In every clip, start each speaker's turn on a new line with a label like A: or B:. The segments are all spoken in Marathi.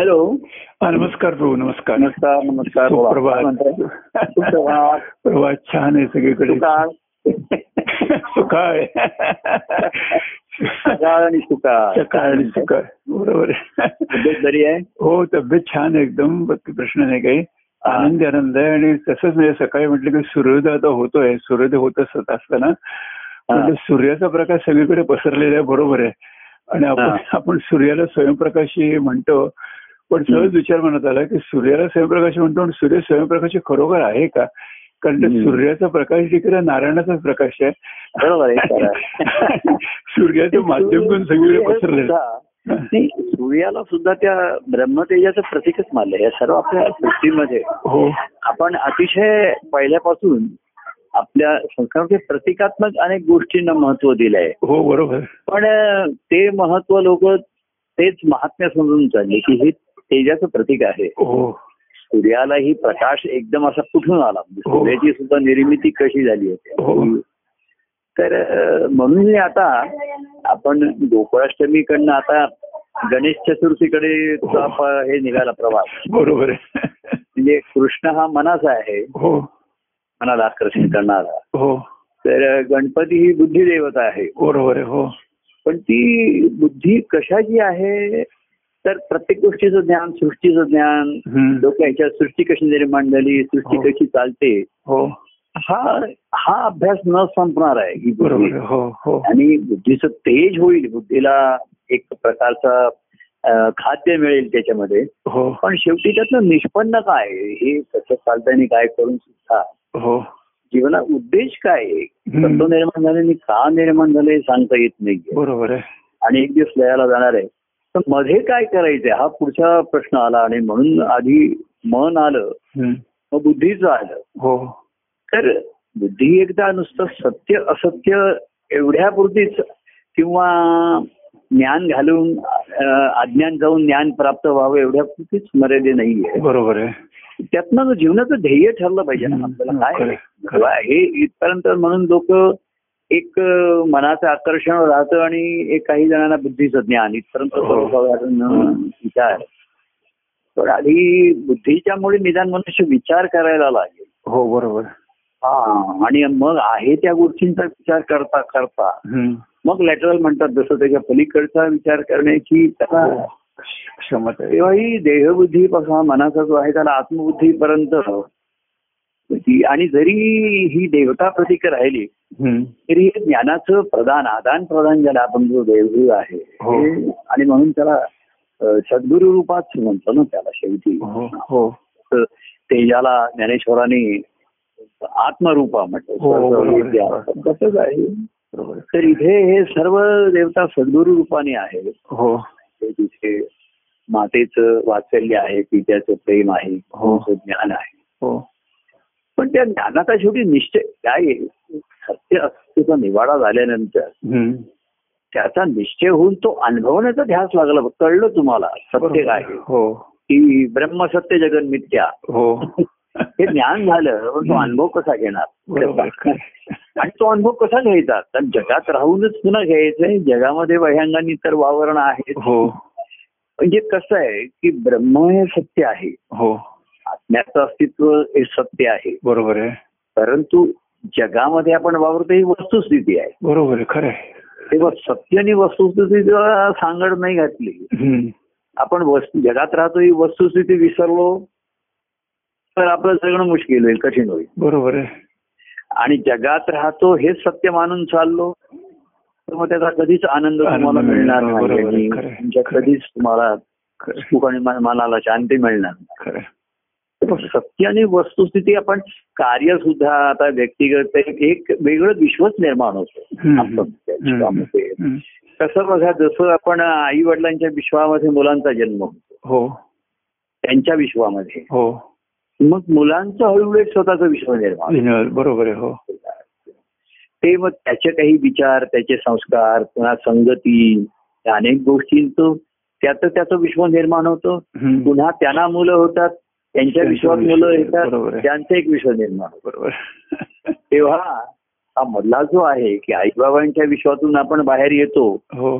A: हॅलो
B: हा, नमस्कार प्रभू नमस्कार
A: नमस्कार नमस्कार बोला. काय म्हणताय?
B: सुप्रभात
A: सुप्रभात.
B: प्रभात छान आहे सगळीकडे
A: सुकाळ
B: सुकाळ
A: सकाळ आणि सुकाळ
B: सकाळ आणि सुकाळ बरोबर आहे.
A: तब्येत बरी आहे
B: हो तब्येत छान आहे एकदम बाकी प्रश्न नाही काही आनंदी आनंद आहे आणि तसंच म्हणजे सकाळी म्हटलं की सूर्योदय आता होतोय सूर्योदय होत असत असताना म्हटलं सूर्याचा प्रकाश सगळीकडे पसरलेला आहे बरोबर आहे आणि आपण
A: हा.
B: आपण सूर्याला स्वयंप्रकाशी म्हणतो पण सहज
A: हम्म.
B: विचार म्हणत आला की सूर्याला स्वयंप्रकाश म्हणतो आणि सूर्य स्वयंप्रकाश खरोखर आहे का कारण ते
A: हम्म.
B: सूर्याचा प्रकाश देखील नारायणाचाच प्रकाश आहे
A: बरोबर आहे, खरं आहे.
B: सूर्याचं माध्यम पण सगळीकडे पसरलेलं आहे.
A: सुद्धा- नाही, सूर्याला सुद्धा त्या ब्रह्मतेजाचं प्रतीकच मानलं या सर्व आपल्या सृष्टीमध्ये
B: हो
A: आपण अतिशय पहिल्यापासून आपल्या संस्कारामध्ये प्रतिकात्मक अनेक गोष्टींना महत्व दिलंय
B: हो बरोबर
A: पण अं, ते महत्व लोक तेच महात्म्य समजून चालले की हे तेजाचं प्रतीक आहे
B: हो
A: सूर्याला ही प्रकाश एकदम असा कुठून आला म्हणजे
B: हो.
A: सूर्याची सुद्धा निर्मिती कशी झाली
B: हो.
A: होती तर अं, म्हणून हे आता आपण गोकुळाष्टमीकडनं आता गणेश चतुर्थीकडे चा प- हे निघाला प्रवास
B: बरोबर आहे
A: म्हणजे कृष्ण हा मनाचा आहे
B: हो
A: मनाला आकर्षण करणारा
B: हो
A: तर अं, गणपती ही बुद्धिदेवता आहे
B: बरोबर आहे हो
A: पण ती बुद्धी कशाची आहे तर प्रत्येक गोष्टीचं ज्ञान सृष्टीचं ज्ञान
B: हम्म.
A: लोक याच्या सृष्टी कशी निर्माण झाली सृष्टी
B: हो.
A: कशी चालते
B: हो
A: हा हा अभ्यास न संपणार आहे ही
B: बरोबर
A: बुद्धी
B: आहे. हो हो
A: आणि बुद्धीचं तेज होईल बुद्धीला एक प्रकारचा अं, खाद्य मिळेल त्याच्यामध्ये
B: हो
A: पण शेवटी त्यातलं निष्पन्न काय आहे? हे कसं चालताना काय करून सुद्धा
B: हो
A: जीवना उद्देश काय आहे?
B: हम्म. हो.
A: तत्व निर्माण झाले आणि का निर्माण झाले हे सांगता येत नाही
B: बरोबर आहे
A: आणि एक दिवस लयाला जाणार आहे तर मध्ये काय करायचंय हा पुढचा प्रश्न आला आणि म्हणून आधी मन आलं
B: हम्म.
A: मग बुद्धीचं आलं
B: हो
A: तर बुद्धी एकदा नुसतं सत्य असत्य एवढ्यापुरतीच किंवा ज्ञान घालून अं, अज्ञान जाऊन ज्ञान प्राप्त व्हावं एवढ्यापुरतीच मर्यादे नाहीये
B: बरोबर आहे
A: त्यातनं जो जीवनाचं ध्येय ठरलं पाहिजे ना
B: हम्म,
A: आपल्याला
B: हम्म,
A: काय
B: खरं,
A: आहे?
B: खरं.
A: हे इथपर्यंत म्हणून लोक एक अं, मनाचं आकर्षण राहतं आणि एक काही जणांना बुद्धीचं ज्ञान इथपर्यंत
B: हो.
A: सर्वसाधारण अं, विचार पण आधी बुद्धीच्यामुळे निदान मनुष्य विचार करायला लागेल
B: हो बरोबर
A: हा आणि मग आहे त्या गोष्टींचा विचार करता करता
B: हम्म.
A: मग लॅटरल म्हणतात जसं त्याच्या पलीकडचा विचार करण्याची त्याला
B: हो. क्षमता आहे.
A: तेव्हाही देहबुद्धी पासून मनाचा जो आहे त्याला आत्मबुद्धीपर्यंत ती- आणि जरी ही देवता प्रतीक राहिली
B: हम्म.
A: तरी हे ज्ञानाचं प्रदान आदान प्रदान ज्याला आपण जो देवगुरु आहे
B: हो.
A: हे- आणि म्हणून त्याला अ, सद्गुरु रूपात म्हणतो ना त्याला शेवटी
B: हो हो
A: तर तेजाला ज्ञानेश्वराने आत्मरूपा म्हटलं
B: हो, बरोबर आहे.
A: सर्व तसंच आहे
B: बरोबर आहे.
A: तर इथे हे सर्व देवता सद्गुरु रूपाने आहेत
B: हो
A: हे तिथे मातेचं वात्सल्य आहे पित्याचं प्रेम आहे
B: हो.
A: गुरुचं ज्ञान आहे
B: हो
A: पण त्या ज्ञानाचा शेवटी निश्चय काय आहे? सत्य अस्तित्वाचा निवाडा झाल्यानंतर
B: हम्म.
A: त्याचा निश्चय होऊन तो अनुभवण्याचा ध्यास लागला कळलं तुम्हाला सत्य
B: बरोबर
A: काय
B: आहे.
A: आहे?
B: हो
A: की ब्रह्मसत्य जगन मिथ्या
B: हो
A: हे ज्ञान झालं पण तो
B: हम्म.
A: अनुभव कसा घेणार
B: बरोबर आहे. खरं आहे.
A: आणि तो अनुभव कसा घ्यायचा तर जगात राहूनच पुन्हा घ्यायचंय जगामध्ये वह्यांगांनी तर वावरण आहे
B: हो
A: म्हणजे कसं आहे की ब्रह्म हे सत्य आहे
B: हो
A: आत्म्याचं अस्तित्व हे सत्य आहे
B: बरोबर आहे
A: परंतु जगामध्ये आपण वावरतो ही वस्तुस्थिती आहे
B: बरोबर आहे खरं आहे
A: तेव्हा सत्य आणि वस्तुस्थितीला सांगड नाही घातली
B: हम्म.
A: आपण वस्तू जगात राहतो ही वस्तुस्थिती विसरलो तर आपलं जगणं मुश्किल होईल कठीण होईल
B: बरोबर आहे
A: आणि जगात राहतो हेच सत्य मानून चाललो तर मग त्याचा कधीच आनंद
B: आनंद
A: तुम्हाला मिळणार
B: मिळणार नाही,
A: नाही
B: बरोबर आहे,
A: आणि
B: खरं आहे,
A: तुमच्या
B: खरं आहे.
A: कधीच तुम्हाला
B: खरं आहे.
A: सुख आणि मन- मनाला शांती मिळणार नाही.
B: खरं आहे.
A: पण सत्य आणि वस्तुस्थिती आपण कार्य सुद्धा आता व्यक्तिगत एक- एक वेगळं विश्वच निर्माण होतं
B: हम्म.
A: आपण त्या
B: हम्म.
A: विश्वामध्ये.
B: हम्म.
A: कसं बघा जसं आपण आई वडिलांच्या विश्वामध्ये मुलांचा जन्म होतो
B: हो
A: त्यांच्या विश्वामध्ये
B: हो
A: मग मुलांचं हळूहळू एक स्वतःचं विश्व निर्माण
B: बरोबर आहे हो
A: होतं. ते मग त्याचे काही विचार त्याचे संस्कार पुन्हा संगती या अनेक गोष्टींचं त्याचं त्याचं विश्व निर्माण होतं
B: हम्म.
A: पुन्हा त्यांना मुलं होतात त्यांच्या
B: त्यांचं
A: विश्वात
B: विश्व
A: मुलं
B: निर्माण, बरोबर
A: येतात
B: आहे.
A: त्यांचं एक विश्व निर्माण होतं.
B: बरोबर आहे.
A: तेव्हा हा मधला जो आहे की आईबाबांच्या विश्वातून आपण बाहेर येतो
B: हो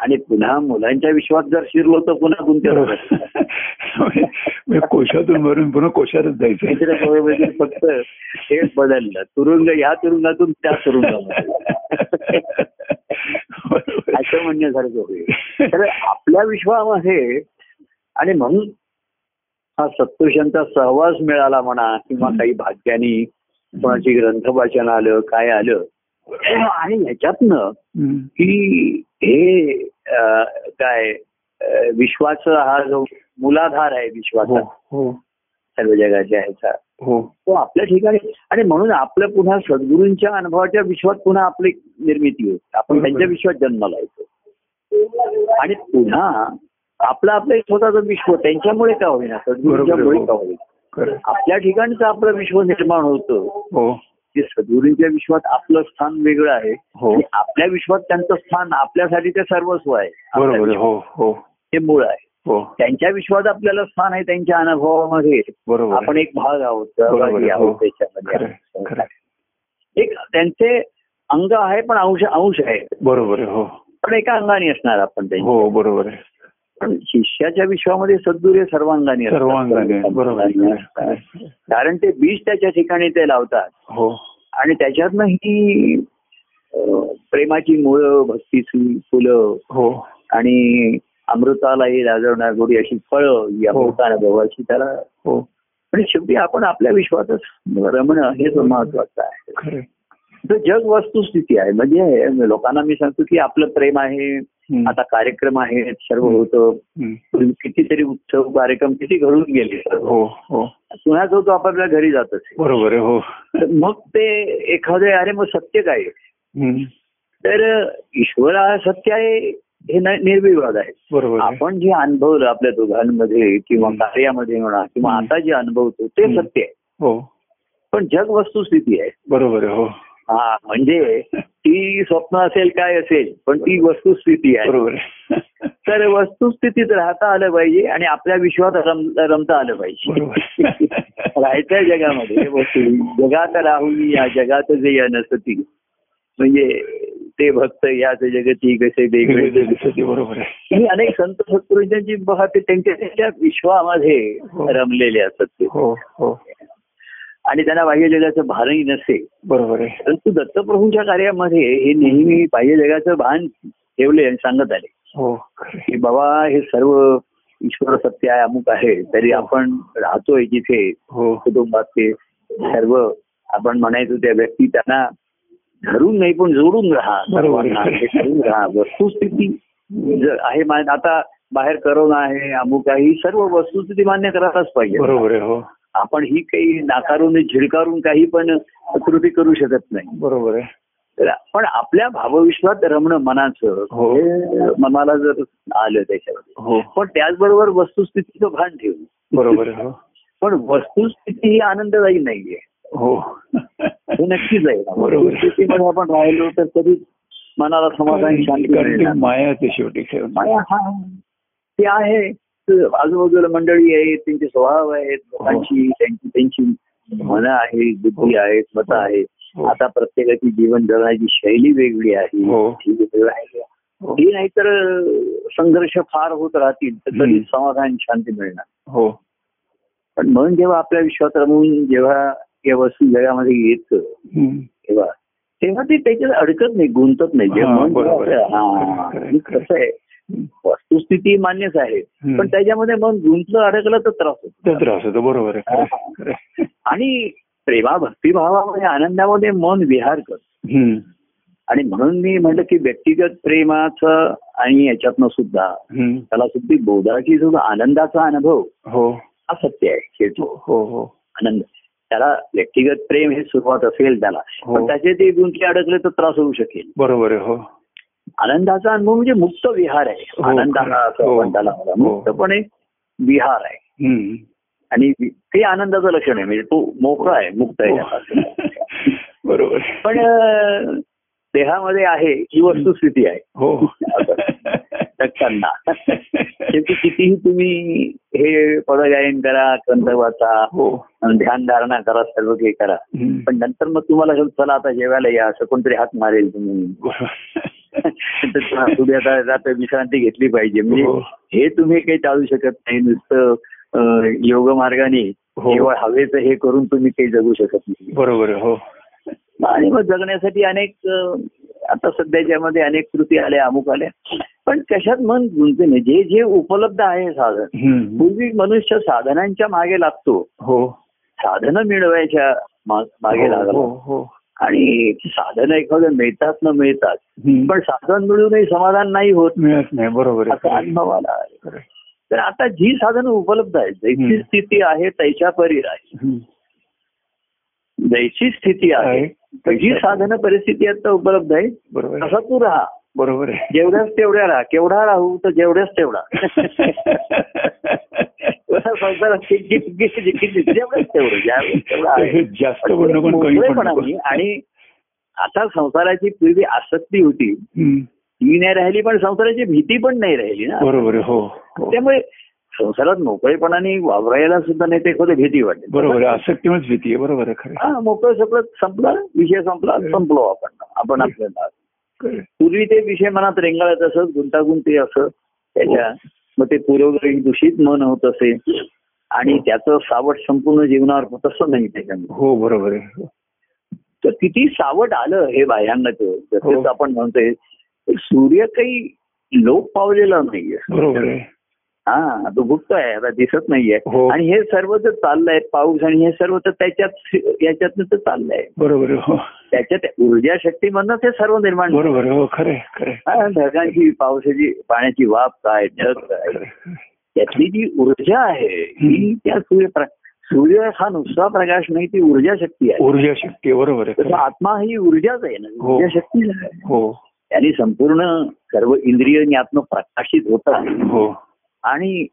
A: आणि पुन्हा मुलांच्या विश्वात जर शिरलो तर पुन्हा गुंतलो
B: बरोबर कोशातून भरून पुन्हा कोशातच
A: मित्र
B: जायचं
A: बरोबर फक्त हे बदललं तुरुंग या तुरुंगातून त्या तुरुंगामध्ये
B: बरोबर.
A: असं म्हणण्यासारखं होईल तर आपल्या विश्वामध्ये आणि म्हणून हा सत्पुरुषांचा सहवास मिळाला म्हणा किंवा काही भाग्यानी कोणाची ग्रंथ वाचन आलं काय आलं आणि ह्याच्यातनं
B: हम्म.
A: की हे अं, काय अं, विश्वाचा हा जो मुलाधार आहे
B: हो
A: विश्वाचा
B: हो
A: सर्व जगाच्या ह्याचा
B: हो
A: तो आपल्या ठिकाणी आणि म्हणून आपलं पुन्हा सद्गुरूंच्या अनुभवाच्या विश्वात पुन्हा आपली निर्मिती होते आपण
B: बरोबर.
A: त्यांच्या विश्वात जन्माला येतो आणि पुन्हा आपलं आपलं एक स्वतःचं विश्व त्यांच्यामुळे का होईना सद्गुरूंच्यामुळे
B: हो.
A: का होईना
B: खरं
A: आपल्या ठिकाणचं आपलं विश्व निर्माण होतं
B: हो
A: ते सद्गुरूंच्या विश्वात आपलं स्थान वेगळं आहे
B: हो
A: आणि आपल्या विश्वात त्यांचं स्थान आपल्यासाठी ते सर्वस्व आहे आपल्या
B: बरोबर आहे.
A: विश्वात
B: हो हो
A: ते मूळ आहे
B: हो
A: त्यांच्या विश्वात आपल्याला स्थान आहे त्यांच्या अनुभवामध्ये
B: बरोबर आहे.
A: आपण एक भाग आहोत
B: बरोबर आहे.
A: सहभागी आहोत
B: हो. खरं आहे. खरं
A: त्याच्यामध्ये
B: आहे.
A: एक त्यांचे अंग आहे पण अंश अंश आहे
B: बरोबर आहे. हो
A: पण एका अंगाने असणार आपण त्यांचे
B: हो बरोबर आहे
A: पण शिष्याच्या विश्वामध्ये सद्गुरे सर्वांगाने असतात.
B: सर्वांगाने बरोबर आहे. खरं आहे.
A: कारण ते बीज त्याच्या ठिकाणी ते लावतात
B: हो
A: आणि त्याच्यातनं ही अं, प्रेमाची मुळं भक्तीची फुलं
B: हो
A: आणि अमृतालाही राजवणार गोडी अशी फळं ही
B: हो.
A: अमृतानुभवाची त्याला
B: हो
A: आणि शेवटी आपण आपल्या विश्वातच रमणं हेच महत्वाचं आहे
B: खरं आहे.
A: तर जग वस्तुस्थिती आहे म्हणजे लोकांना मी सांगतो की आपलं प्रेम आहे
B: हम्म.
A: आता कार्यक्रम आहेत सर्व
B: हं.
A: होतं
B: हम्म.
A: पूर्वी कितीतरी उत्सव कार्यक्रम किती घडून गेले
B: हो हो
A: पुन्हा जो तो आपापल्या घरी जात असे
B: बरोबर आहे. हो
A: तर मग ते एखादे अरे मग सत्य काय
B: हम्म.
A: तर ईश्वर हा सत्य आहे हे न- निर्विवाद आहे
B: बरोबर आहे.
A: आपण जे अनुभवलं आपल्या दोघांमध्ये किंवा
B: हं.
A: कार्यामध्ये म्हणा किंवा
B: हं.
A: आता जे अनुभवतो ते
B: हं.
A: सत्य आहे
B: हो
A: पण जग वस्तुस्थिती आहे
B: बरोबर आहे. हो
A: हा म्हणजे ती स्वप्न असेल काय असेल पण ती वस्तुस्थिती आहे
B: बरोबर आहे.
A: तर वस्तुस्थितीत राहता आलं पाहिजे आणि आपल्या विश्वात रम- रमता आलं पाहिजे
B: बरोबर
A: राहायचंय जगामध्ये वस्तू जगात राहून या जगात जे या नसती म्हणजे ते भक्त याच जगती कसे
B: वेगळे
A: वेगळे
B: दिसते. बरोबर आहे
A: ही अनेक संत सत्पुरुषांची बघा ते त्यांच्या त्यांच्या विश्वामध्ये
B: हो.
A: रमलेले असत ते
B: हो हो
A: आणि त्यांना वाहिलेलं असं भारही नसे
B: बरोबर आहे
A: परंतु दत्तप्रभूंच्या कार्यामध्ये हे नेहमी पाहिजे जगाचं भान ठेवले आणि सांगत आले
B: हो खरं आहे.
A: की बाबा हे सर्व ईश्वर सत्य आहे अमुक आहे तरी आपण राहतोय जिथे
B: हो
A: कुटुंबात ते सर्व आपण म्हणायचो त्या व्यक्ती त्यांना धरून नाही पण जोडून राहा
B: बरोबर आहे.
A: सर्वांना हे धरून राहा वस्तुस्थिती जर आहे मा- आता बाहेर करोना आहे अमुक आहे ही सर्व वस्तुस्थिती मान्य करायलाच पाहिजे
B: बरोबर आहे हो
A: आपण ही काही नाकारून झिडकारून काही पण कृती करू शकत नाही
B: बरोबर आहे
A: तर पण आपल्या भावविश्वात रमणं मनाचं
B: हो.
A: हे मनाला जर आलं त्याच्यामध्ये
B: हो
A: पण त्याचबरोबर वस्तुस्थितीचं भान ठेवू
B: बरोबर आहे हो
A: पण वस्तुस्थिती ही आनंददायी नाहीये
B: हो
A: हे नक्कीच आहे
B: बरोबर.
A: वस्तुस्थितीमध्ये आपण राहिलो तर कधीच मनाला
B: हो,
A: समाधान शांती
B: कारण ती
A: मिळणार नाही.
B: माया ते शेवटी खेळून
A: माया हा- ते आहे ते आजूबाजूला मंडळी आहेत त्यांचे स्वभाव आहेत
B: हो.
A: लोकांची त्यांची त्यांची मनं आहेत बुद्धी आहेत मतं आहेत
B: हो
A: आता प्रत्येकाची जीवन जगण्याची शैली वेगळी आहे
B: हो.
A: ही वेगळं आहे
B: हो.
A: हे नाहीतर अं, संघर्ष फार होत राहतील तर कधी
B: हम्म.
A: समाधान शांती मिळणार
B: हो
A: पण म्हणून जेव्हा आपल्या विश्वात रमून जेव्हा या वस्तू जगामध्ये येतं
B: हम्म.
A: तेव्हा तेव्हा ते त्याच्यात अडकत नाही गुंतत नाही जे
B: हा,
A: मन जेव्हा
B: बरोबर.
A: आपलं, हा,
B: खरं, खरं,
A: आणि कसं आहे वस्तुस्थिती मान्यच आहे
B: हम्म.
A: पण त्याच्यामध्ये मन गुंतलं अडकलं तर त्रास
B: तो
A: होतो
B: त्रास होतो बरोबर आहे खरं आहे, खरं आहे.
A: आणि प्रेमा भक्तिभावामध्ये आनंदामध्ये मन विहार करतं
B: हम्म.
A: आणि म्हणून मी म्हटलं की व्यक्तिगत प्रेमाचं आणि याच्यातनं सुद्धा
B: हम्म.
A: त्याला सुद्धा बोधाची सुद्धा आनंदाचा अनुभव
B: हो
A: हा सत्य आहे शेवटी
B: हो हो
A: आनंद त्याला व्यक्तिगत प्रेम हे सुरुवात असेल त्याला
B: हो.
A: पण त्याचे ते गुंतले अडकले तर त्रास होऊ शकेल
B: बरोबर आहे हो
A: आनंदाचा अनुभव म्हणजे मुक्त विहार आहे
B: हो,
A: आनंदाला
B: खरं.
A: असं
B: हो.
A: आपण त्याला म्हणू.
B: हो.
A: मुक्तपणे विहार आहे
B: हम्म.
A: आणि ते आनंदाचं लक्षण आहे म्हणजे तो मोकळा आहे मुक्त आहे त्याला.
B: हो. बरोबर आहे.
A: पण अं, देहामध्ये आहे ही वस्तुस्थिती आहे
B: हो
A: घटकांना. शेवटी कितीही तुम्ही हे पदगायन करा ग्रंथ वाचा
B: हो
A: ध्यान धारणा करा सर्व काही करा
B: हम्म.
A: पण नंतर मग तुम्हाला असं, चला आता जेवायला या असं कोणतरी हात मारेल तुम्ही
B: बरोबर.
A: तर तुम्ही आता आता विश्रांती घेतली पाहिजे म्हणजे
B: हो.
A: हे तुम्ही काही टाळू शकत नाही नुसतं अं, योग मार्गाने
B: हो.
A: केवळ हवेचं हे करून तुम्ही काही जगू शकत नाही
B: बरोबर आहे, हो
A: आणि मग जगण्यासाठी अनेक अ, आता सध्याच्या मध्ये अनेक कृती आल्या अमुक आल्या पण कशात मन गुंतते नाही जे जे उपलब्ध आहे साधन
B: हम्म.
A: पूर्वी मनुष्य साधनांच्या मागे लागतो
B: हो
A: साधनं मिळवायच्या मा- मागे
B: हो
A: लागला
B: हो
A: आणि साधनं एखादं मिळतात न मिळतात
B: हम्म.
A: पण साधन मिळूनही समाधान नाही होत
B: मिळत नाही बरोबर
A: असा
B: आहे
A: अनुभव आला आहे.
B: खरं आहे.
A: तर आता जी साधनं उपलब्ध आहेत जैसी
B: हम्म.
A: स्थिती आहे त्याच्या परी आहे
B: हम्म.
A: जैसी स्थिती आहे तर जी साधनं परिस्थिती आता उपलब्ध आहे
B: बरोबर आहे.
A: तसा तू राहा
B: बरोबर आहे
A: जेवढ्याच तेवढ्या राहा केवढा राहू तर जेवढ्याच तेवढा असा संसार जितकी- जितकी- जितकी- जेवढ्याच तेवढं ज्यावेळेस तेवढं आहे.
B: जास्त
A: पण
B: बोलणं पण कमी पण
A: मोकळेपणा
B: नको.
A: नाही. आणि आता संसाराची पूर्वी आसक्ती होती
B: हम्म.
A: ती नाही राहिली पण संसाराची भीती पण नाही राहिली ना
B: बरोबर आहे हो हो.
A: त्यामुळे संसारात मोकळेपणाने वावरायला सुद्धा नाही ते खोटे भीती वाटते
B: बरोबर आहे आसक्तीमुळेच भीती आहे बरोबर आहे खरं आहे.
A: हा मोकळं सगळं संपला विषय संपला संपलो आपण आपण आपल्याला
B: खरं आहे.
A: पूर्वी ते विषय मनात रेंगाळत असत गुंतागुंती असत त्याच्या
B: हो.
A: मग ते पूर्वग्रही दूषित मन होत असे आणि त्याचं सावट संपूर्ण जीवनावर होत असं नाही त्याच्यामध्ये
B: हो बरोबर आहे
A: तर किती सावट आलं हे बाह्यांनाच
B: हो.
A: जसं आपण म्हणतोय सूर्य काही लोप पावलेला नाहीये
B: बरोबर आहे
A: हा तो गुप्त आहे आता दिसत नाहीये
B: हो.
A: आणि हे सर्व जे चाललंय पाऊस आणि हे सर्व तर त्याच्यात याच्यातनं तर चाललंय
B: बरोबर आहे हो
A: त्याच्यात ऊर्जा शक्तीमधनच हे सर्व निर्माण झालं.
B: बरोबर आहे हो खरं आहे खरं आहे.
A: हा, ढगांची पावसाची पाण्याची वाफ काय ढग काय
B: खरं आहे.
A: त्यातली जी ऊर्जा आहे ही त्या सूर्य सूर्य हा नुसता प्रकाश नाही ती ऊर्जा शक्ती आहे
B: ऊर्जा शक्ती आहे, बरोबर आहे
A: तसं
B: खरं आहे.
A: आत्मा ही ऊर्जाच आहे ना
B: हो.
A: ऊर्जा शक्तीच आहे
B: हो
A: त्याने संपूर्ण सर्व इंद्रिय आणि आत्मा प्रकाशित होतात
B: हो
A: आणि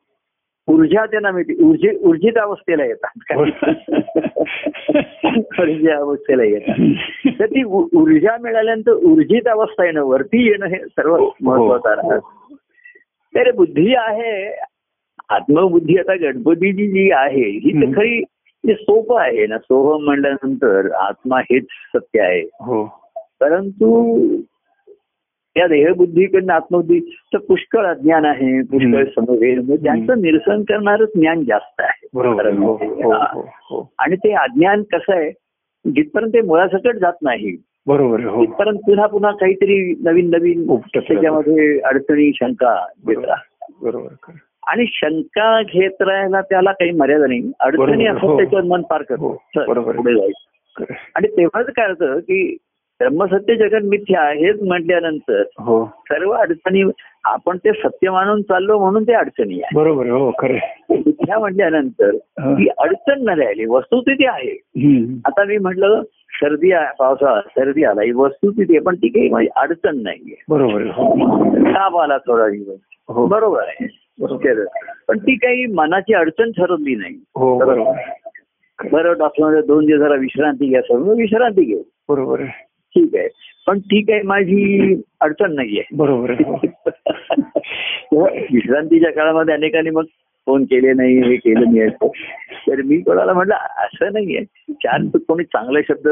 A: ऊर्जा त्यांना मिळते ऊर्जे ऊर्जित अवस्थेला
B: हो.
A: येतात ऊर्जा अवस्थेला येतात तर ती ऊ- ऊर्जा मिळाल्यानंतर ऊर्जित अवस्था येणं वरती येणं हे सर्व
B: हो,
A: महत्वाचं
B: हो.
A: आहे तर बुद्धी आहे आत्मबुद्धी आता गणपतीची जी आहे ही तर
B: हम्म.
A: खरी ते सोपं आहे ना सोहम म्हणल्यानंतर आत्मा हेच सत्य आहे
B: हो
A: परंतु या देहबुद्धीकडनं आत्मबुद्धी तर पुष्कळ अज्ञान आहे पुष्कळ
B: हम्म.
A: समवेल म्हणजे त्यांचं निरसन करणारं ज्ञान जास्त आहे
B: बरोबर आहे.
A: खरं
B: हो
A: म्हणजे.
B: हो
A: हा.
B: हो हो
A: आणि ते अज्ञान कसं आहे जिथपर्यंत ते मुळासकट जात नाही
B: बरोबर आहे हो
A: तिथपर्यंत पुन्हा पुन्हा काहीतरी नवीन नवीन
B: उपटत राहतं.
A: त्याच्यामध्ये अडचणी शंका घेत
B: बरोबर.
A: राहतात.
B: बरोबर आहे, खरं आहे.
A: आणि शंका घेत राहायला त्याला काही मर्यादा नाही अडचणी
B: बरोबर,
A: असतात
B: हो.
A: त्याच्यावर मन पार
B: हो,
A: करतो चल,
B: बरोबर आहे.
A: पुढे जायचं
B: खरं आहे.
A: आणि तेव्हाच काय होतं की ब्रह्मसत्य जगन मिथ्या हेच म्हटल्यानंतर
B: हो
A: सर्व अडचणी आपण ते सत्य मानून चाललो म्हणून ते अडचणी आहे
B: बरोबर आहे, हो खरं आहे.
A: मिथ्या म्हटल्यानंतर
B: हा.
A: ती अडचण न राहिली वस्तुस्थिती आहे
B: हम्म.
A: आता मी म्हटलं सर्दी आहे पावसाळा सर्दी आला ही वस्तुस्थिती आहे पण ती काही म्हणजे अडचण नाहीये
B: बरोबर आहे, हो
A: ताप आला थोडा दिवस
B: हो
A: बरोबर आहे तर पण ती काही मनाची अडचण ठरवली नाही
B: हो
A: तर-
B: बरोबर आहे.
A: बरं डॉक्टर दोन दिवस जरा विश्रांती घ्या सर्व विश्रांती घेऊ
B: बरोबर आहे
A: ठीक आहे पण ती काही माझी अडचण नाहीये
B: बरोबर आहे हो.
A: तेव्हा विश्रांतीच्या काळामध्ये अनेकांनी मग फोन केले नाही हे केलं नाही असं. तर मी कोणाला म्हटलं असं नाहीये चार कोणी चांगले शब्द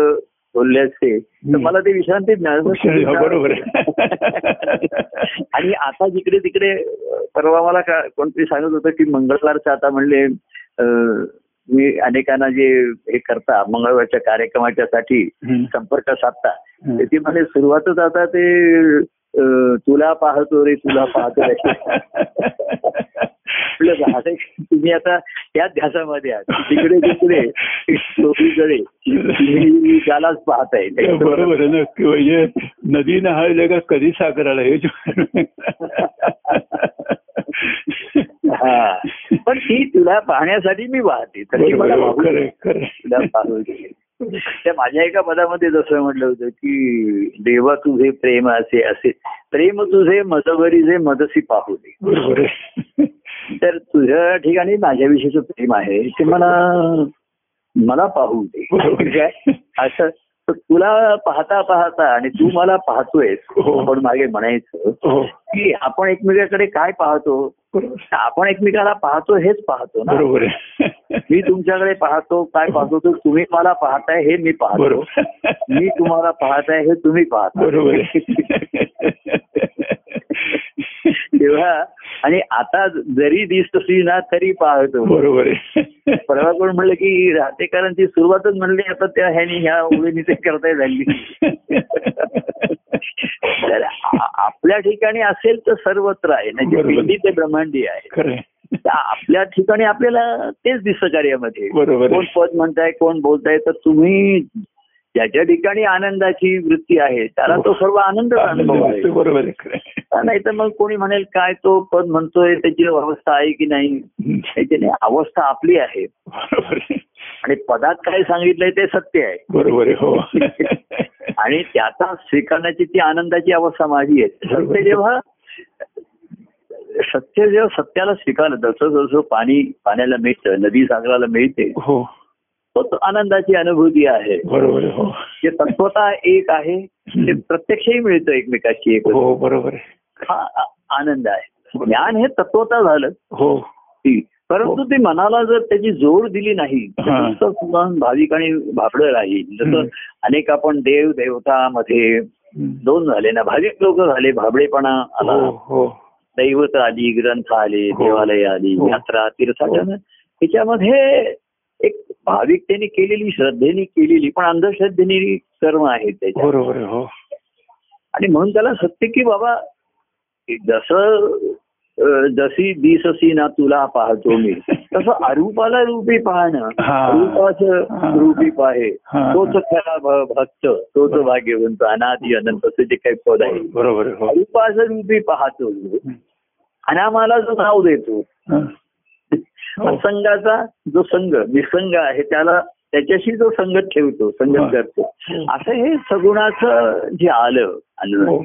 A: बोलले असते तर मला ते विश्रांतीत
B: विश्रांती, हो, बरोबर
A: मिळालं
B: आहे.
A: आणि आता जिकडे तिकडे अं, परवा मला का कोणतरी सांगत होतं की मंगळवारचं आता म्हणले अं, मी अनेकांना जे हे करता मंगळवारच्या कार्यक्रमाच्या साठी
B: हम्म.
A: संपर्क साधता
B: हम्म.
A: त्याची म्हणजे सुरुवातच आता ते अं, तुला पाहतो रे तुला पाहतो रे आपलं झाड आहे. तुम्ही आता त्या ध्यासामध्ये आहात तिकडे तिकडे चोरीकडे तुम्ही त्यालाच पाहत आहे
B: बरोबर आहे नक्की म्हणजे नदी नहाळले का कधी सागराला हे
A: हा. पण ती तुला पाहण्यासाठी मी वाहते तर ती
B: हो,
A: मला वाहू दे.
B: खरे खरे
A: तुला पाहू दे. त्या माझ्या एका पदामध्ये जसं म्हटलं होतं की देवा तुझे प्रेम असे असे प्रेम तुझे मदवरीचे मदसी पाहू दे
B: बरोबर आहे
A: तर तुझ्या ठिकाणी माझ्याविषयीचं प्रेम आहे ते मला मला पाहू दे
B: बरोबर आहे.
A: असं तर तुला पाहता पाहता आणि तू मला पाहतोयस
B: हो.
A: आपण मागे म्हणायचं
B: हो
A: की आपण एकमेकाकडे काय पाहतो
B: बरोबर
A: आपण एकमेकाला पाहतो हेच पाहतो ना
B: बरोबर आहे
A: मी तुमच्याकडे पाहतो काय पाहतो तो तुम्ही मला पाहताय हे मी पाहतो
B: बरोबर
A: मी तुम्हाला पाहताय हे तुम्ही पाहता
B: बरोबर आहे.
A: तेव्हा आणि आता जरी दिस असली ना तरी पाहतो
B: बरोबर आहे
A: परवा कोण म्हणलं की राहतेकरांची सुरुवातच म्हणली आता त्या ह्यानी ह्या उभेनीचे करता झाली तर आ- आपल्या ठिकाणी असेल तर सर्वत्र आहे म्हणजे
B: बरोबर.
A: पिंडी ते ब्रह्मांडी आहे
B: खरं आहे.
A: तर आपल्या ठिकाणी आपल्याला तेच दिसतं कार्यामध्ये
B: बरोबर आहे.
A: कोण पद म्हणताय कोण बोलताय तर तुम्ही ज्याच्या ठिकाणी आनंदाची वृत्ती आहे त्याला तो सर्व आनंद अनुभव आहे
B: बरोबर आहे खरं आहे.
A: नाही तर मग कोणी म्हणेल काय तो पद म्हणतोय त्याची अवस्था आहे की नाही त्याची नाही अवस्था आपली आहे
B: बरोबर आहे.
A: आणि पदात काय सांगितलंय ते सत्य आहे
B: बरोबर आहे हो
A: आणि त्याचा स्वीकारण्याची ती आनंदाची अवस्था माझी आहे
B: बरोबर.
A: सत्य जेव्हा सत्य जेव्हा सत्याला स्वीकारलं जसं जसं पाणी पाण्याला मिळतं नदी सागराला मिळते
B: हो
A: तो तो आनंदाची अनुभूती आहे
B: बरोबर आहे हो
A: जे तत्वता एक आहे ते प्रत्यक्षही मिळतं एकमेकाशी एक
B: हो बरोबर आहे
A: हा आ- आनंद आहे ज्ञान हे तत्वता झालं
B: हो
A: ती परंतु ते मनाला जर त्याची जोड दिली नाही तर
B: हा.
A: नुसतं मन भाविक आणि भाबडं राहील जसं
B: हम्म.
A: अनेक आपण देव देवतामध्ये
B: हम्म.
A: दोन झाले ना भाविक लोक झाले भाबडेपणा आला
B: हो हो
A: दैवत आली ग्रंथ आले
B: हो.
A: देवालय आली
B: हो.
A: यात्रा तीर्थाटन ह्याच्यामध्ये एक भाविकतेने केलेली श्रद्धेने केलेली पण अंधश्रद्धेने कर्म आहे त्याच्यात
B: बरोबर आहे हो
A: आणि म्हणून त्याला सत्य की बाबा जसं अं, जशी दिससी ना तुला पाहतो मी तसं अरूपाला रूपी पाहणं
B: हा. हा.
A: रूपाचं रूपी पाहे
B: हा.
A: तोच खरा भ- भक्त तोच भाग्यवंत अनादि अनंत असं जे काही पद आहे
B: बरोबर आहे हो
A: अरूपाचं रूपी पाहतो मी. अनामाला जो नाव देतो
B: हा. हो.
A: असंगाचा जो संघ निसंग आहे त्याला त्याच्याशी जो संगत ठेवतो
B: हा.
A: संगत करतो असं हे सगुणाचं जे आलं
B: हो
A: अनुभव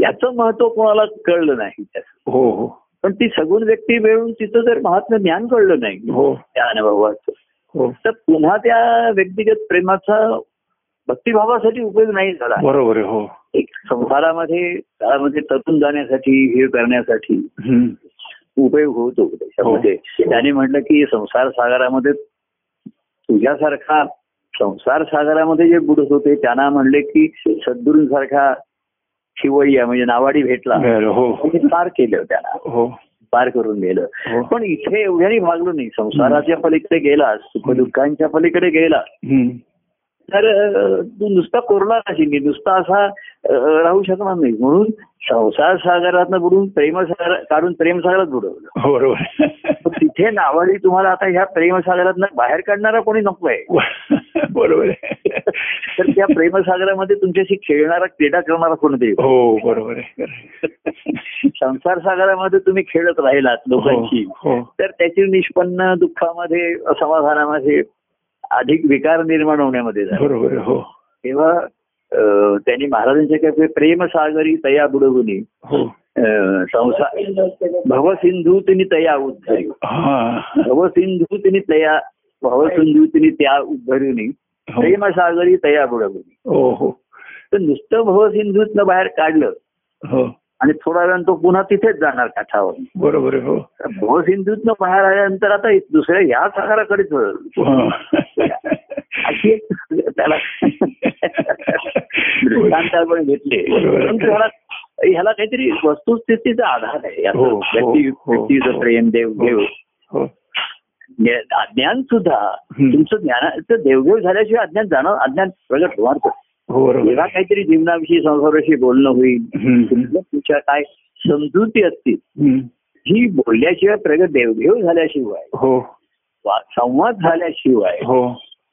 A: याचं महत्व कोणाला कळलं नाही त्याचं.
B: हो हो
A: पण ती सगुण व्यक्ती मिळून तिचं जर महात्म ज्ञान कळलं नाही
B: हो
A: त्या अनुभवाचं
B: हो
A: तर पुन्हा त्या व्यक्तिगत प्रेमाचा भक्तिभावासाठी उपयोग नाही झाला
B: बरोबर आहे हो
A: एक संसारामध्ये काळामध्ये तटून जाण्यासाठी हे करण्यासाठी
B: हम्म.
A: उपयोग होतो त्याच्यामध्ये
B: हो,
A: त्याने म्हटलं की संसार सागरामध्ये तुझ्यासारखा संसार सागरामध्ये जे बुडत होते त्यांना म्हणले की सद्गुरूंसारखा शिवय्या म्हणजे नावाडी भेटला
B: बरं, हो
A: म्हणजे पार केलं त्याला
B: हो
A: पार करून गेलं
B: हो
A: पण इथे एवढ्याने भागलो नाही संसाराच्या पलीकडे गेला सुखदुःखांच्या पलीकडे गेला
B: हम्म.
A: तर अं, तू नुसता कोरला नाही मी नुसता असा अं, राहू शकणार नाही म्हणून संसार सागरात बुडून प्रेमसागर काढून प्रेमसागरात बुडवलं
B: बरोबर आहे.
A: मग तिथे नावाडी तुम्हाला आता ह्या प्रेमसागरात बाहेर काढणारा कोणी नकोय
B: बरोबर आहे
A: तर त्या प्रेमसागरामध्ये तुमच्याशी खेळणारा क्रीडा करणारा कोणतरी
B: हो बरोबर आहे
A: संसार सागरामध्ये तुम्ही खेळत राहिलात लोकांशी
B: हो, हो.
A: तर त्याचे निष्पन्न दुःखामध्ये असमाधानामध्ये अधिक विकार निर्माण होण्यामध्ये झाले.
B: बरोबर आहे, हो
A: तेव्हा अं, त्यांनी महाराजांच्या काय प्रेमसागरी तया बुडवली
B: हो
A: संसार भवसिंधू तिने तया उद्धरी
B: हा
A: भवसिंधू तिने तया भवसिंधू तिने त्या उद्धरुनी
B: हो.
A: प्रेमसागरी तया बुडवली
B: हो हो
A: तर नुसतं भवसिंधूतनं बाहेर काढलं
B: हो
A: आणि थोडा वेळानं तो पुन्हा तिथेच जाणार काठावर
B: बरोबर आहे, हो
A: तर भवसिंधूतनं बाहेर आल्यानंतर आता दुसऱ्या ह्या सागराकडे वळलं. अशी एक त्याला दृष्टांत आपण घेतले
B: बरोबर.
A: परंतु ह्याला ह्याला काहीतरी वस्तुस्थितीचा आधार आहे याचं
B: हो, हो,
A: व्यक्ती-
B: हो,
A: व्यक्तीचं
B: हो.
A: प्रेम देवघेव
B: हो
A: ज्ञा- अज्ञान सुद्धा
B: हं.
A: तुमचं ज्ञानाचं देवघेव झाल्याशिवाय अज्ञान जाणं अज्ञान प्रगट होणार नाही.
B: हो बरोबर
A: जेव्हा
B: आहे.
A: काहीतरी जीवनाविषयी संसाराविषयी बोलणं होईल
B: हम्म.
A: तुमच्या तुमच्या काय समजुती असतील
B: हम्म.
A: ही बोलल्याशिवाय प्रगत देवघेव झाल्याशिवाय
B: हो
A: वा- संवाद झाल्याशिवाय
B: हो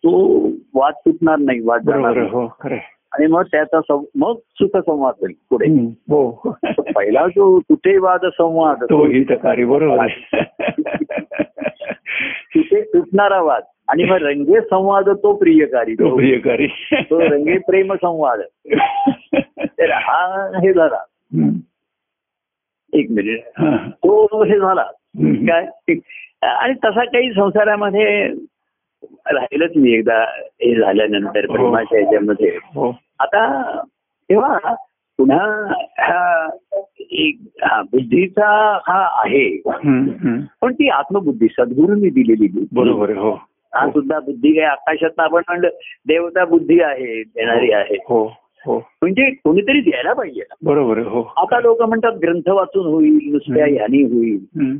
A: तो वाद सुटणार नाही वाद जाणार
B: बरोबर आहे,
A: नाही.
B: हो खरं आहे.
A: आणि मग त्याचा सं- मग सुख संवाद होईल पुढे
B: हम्म. हो
A: पहिला जो कुठे वाद संवाद
B: तो हितकारी बरोबर आहे.
A: तिथे सुटणारा वाद आणि मग रंगे संवाद तो प्रियकारी
B: तो
A: तो
B: प्रियकारी
A: तो रंगे प्रेम संवाद तर हा हे झाला
B: हम्म.
A: एक मिनिट
B: हा.
A: तो हे झाला
B: हम्म.
A: काय आणि तसा काही संसारामध्ये राहिलंच मी एकदा हे झाल्यानंतर
B: हो.
A: प्रेमाच्या याच्यामध्ये
B: हो
A: आता तेव्हा पुन्हा हा एक हा बुद्धीचा हा आहे
B: हम्म. हम्म.
A: पण ती आत्मबुद्धी सद्गुरूंनी दिलेली बुद्धी.
B: बरोबर आहे, हो
A: हा सुद्धा बुद्धी काय आकाशात आपण म्हणलं देवता बुद्धी आहे देणारी आहे
B: हो हो
A: म्हणजे कोणीतरी द्यायला पाहिजे ना.
B: बरोबर आहे, हो
A: आता लोक म्हणतात ग्रंथ वाचून होईल नुसत्या
B: हम्म.
A: ह्यानी होईल
B: हम्म,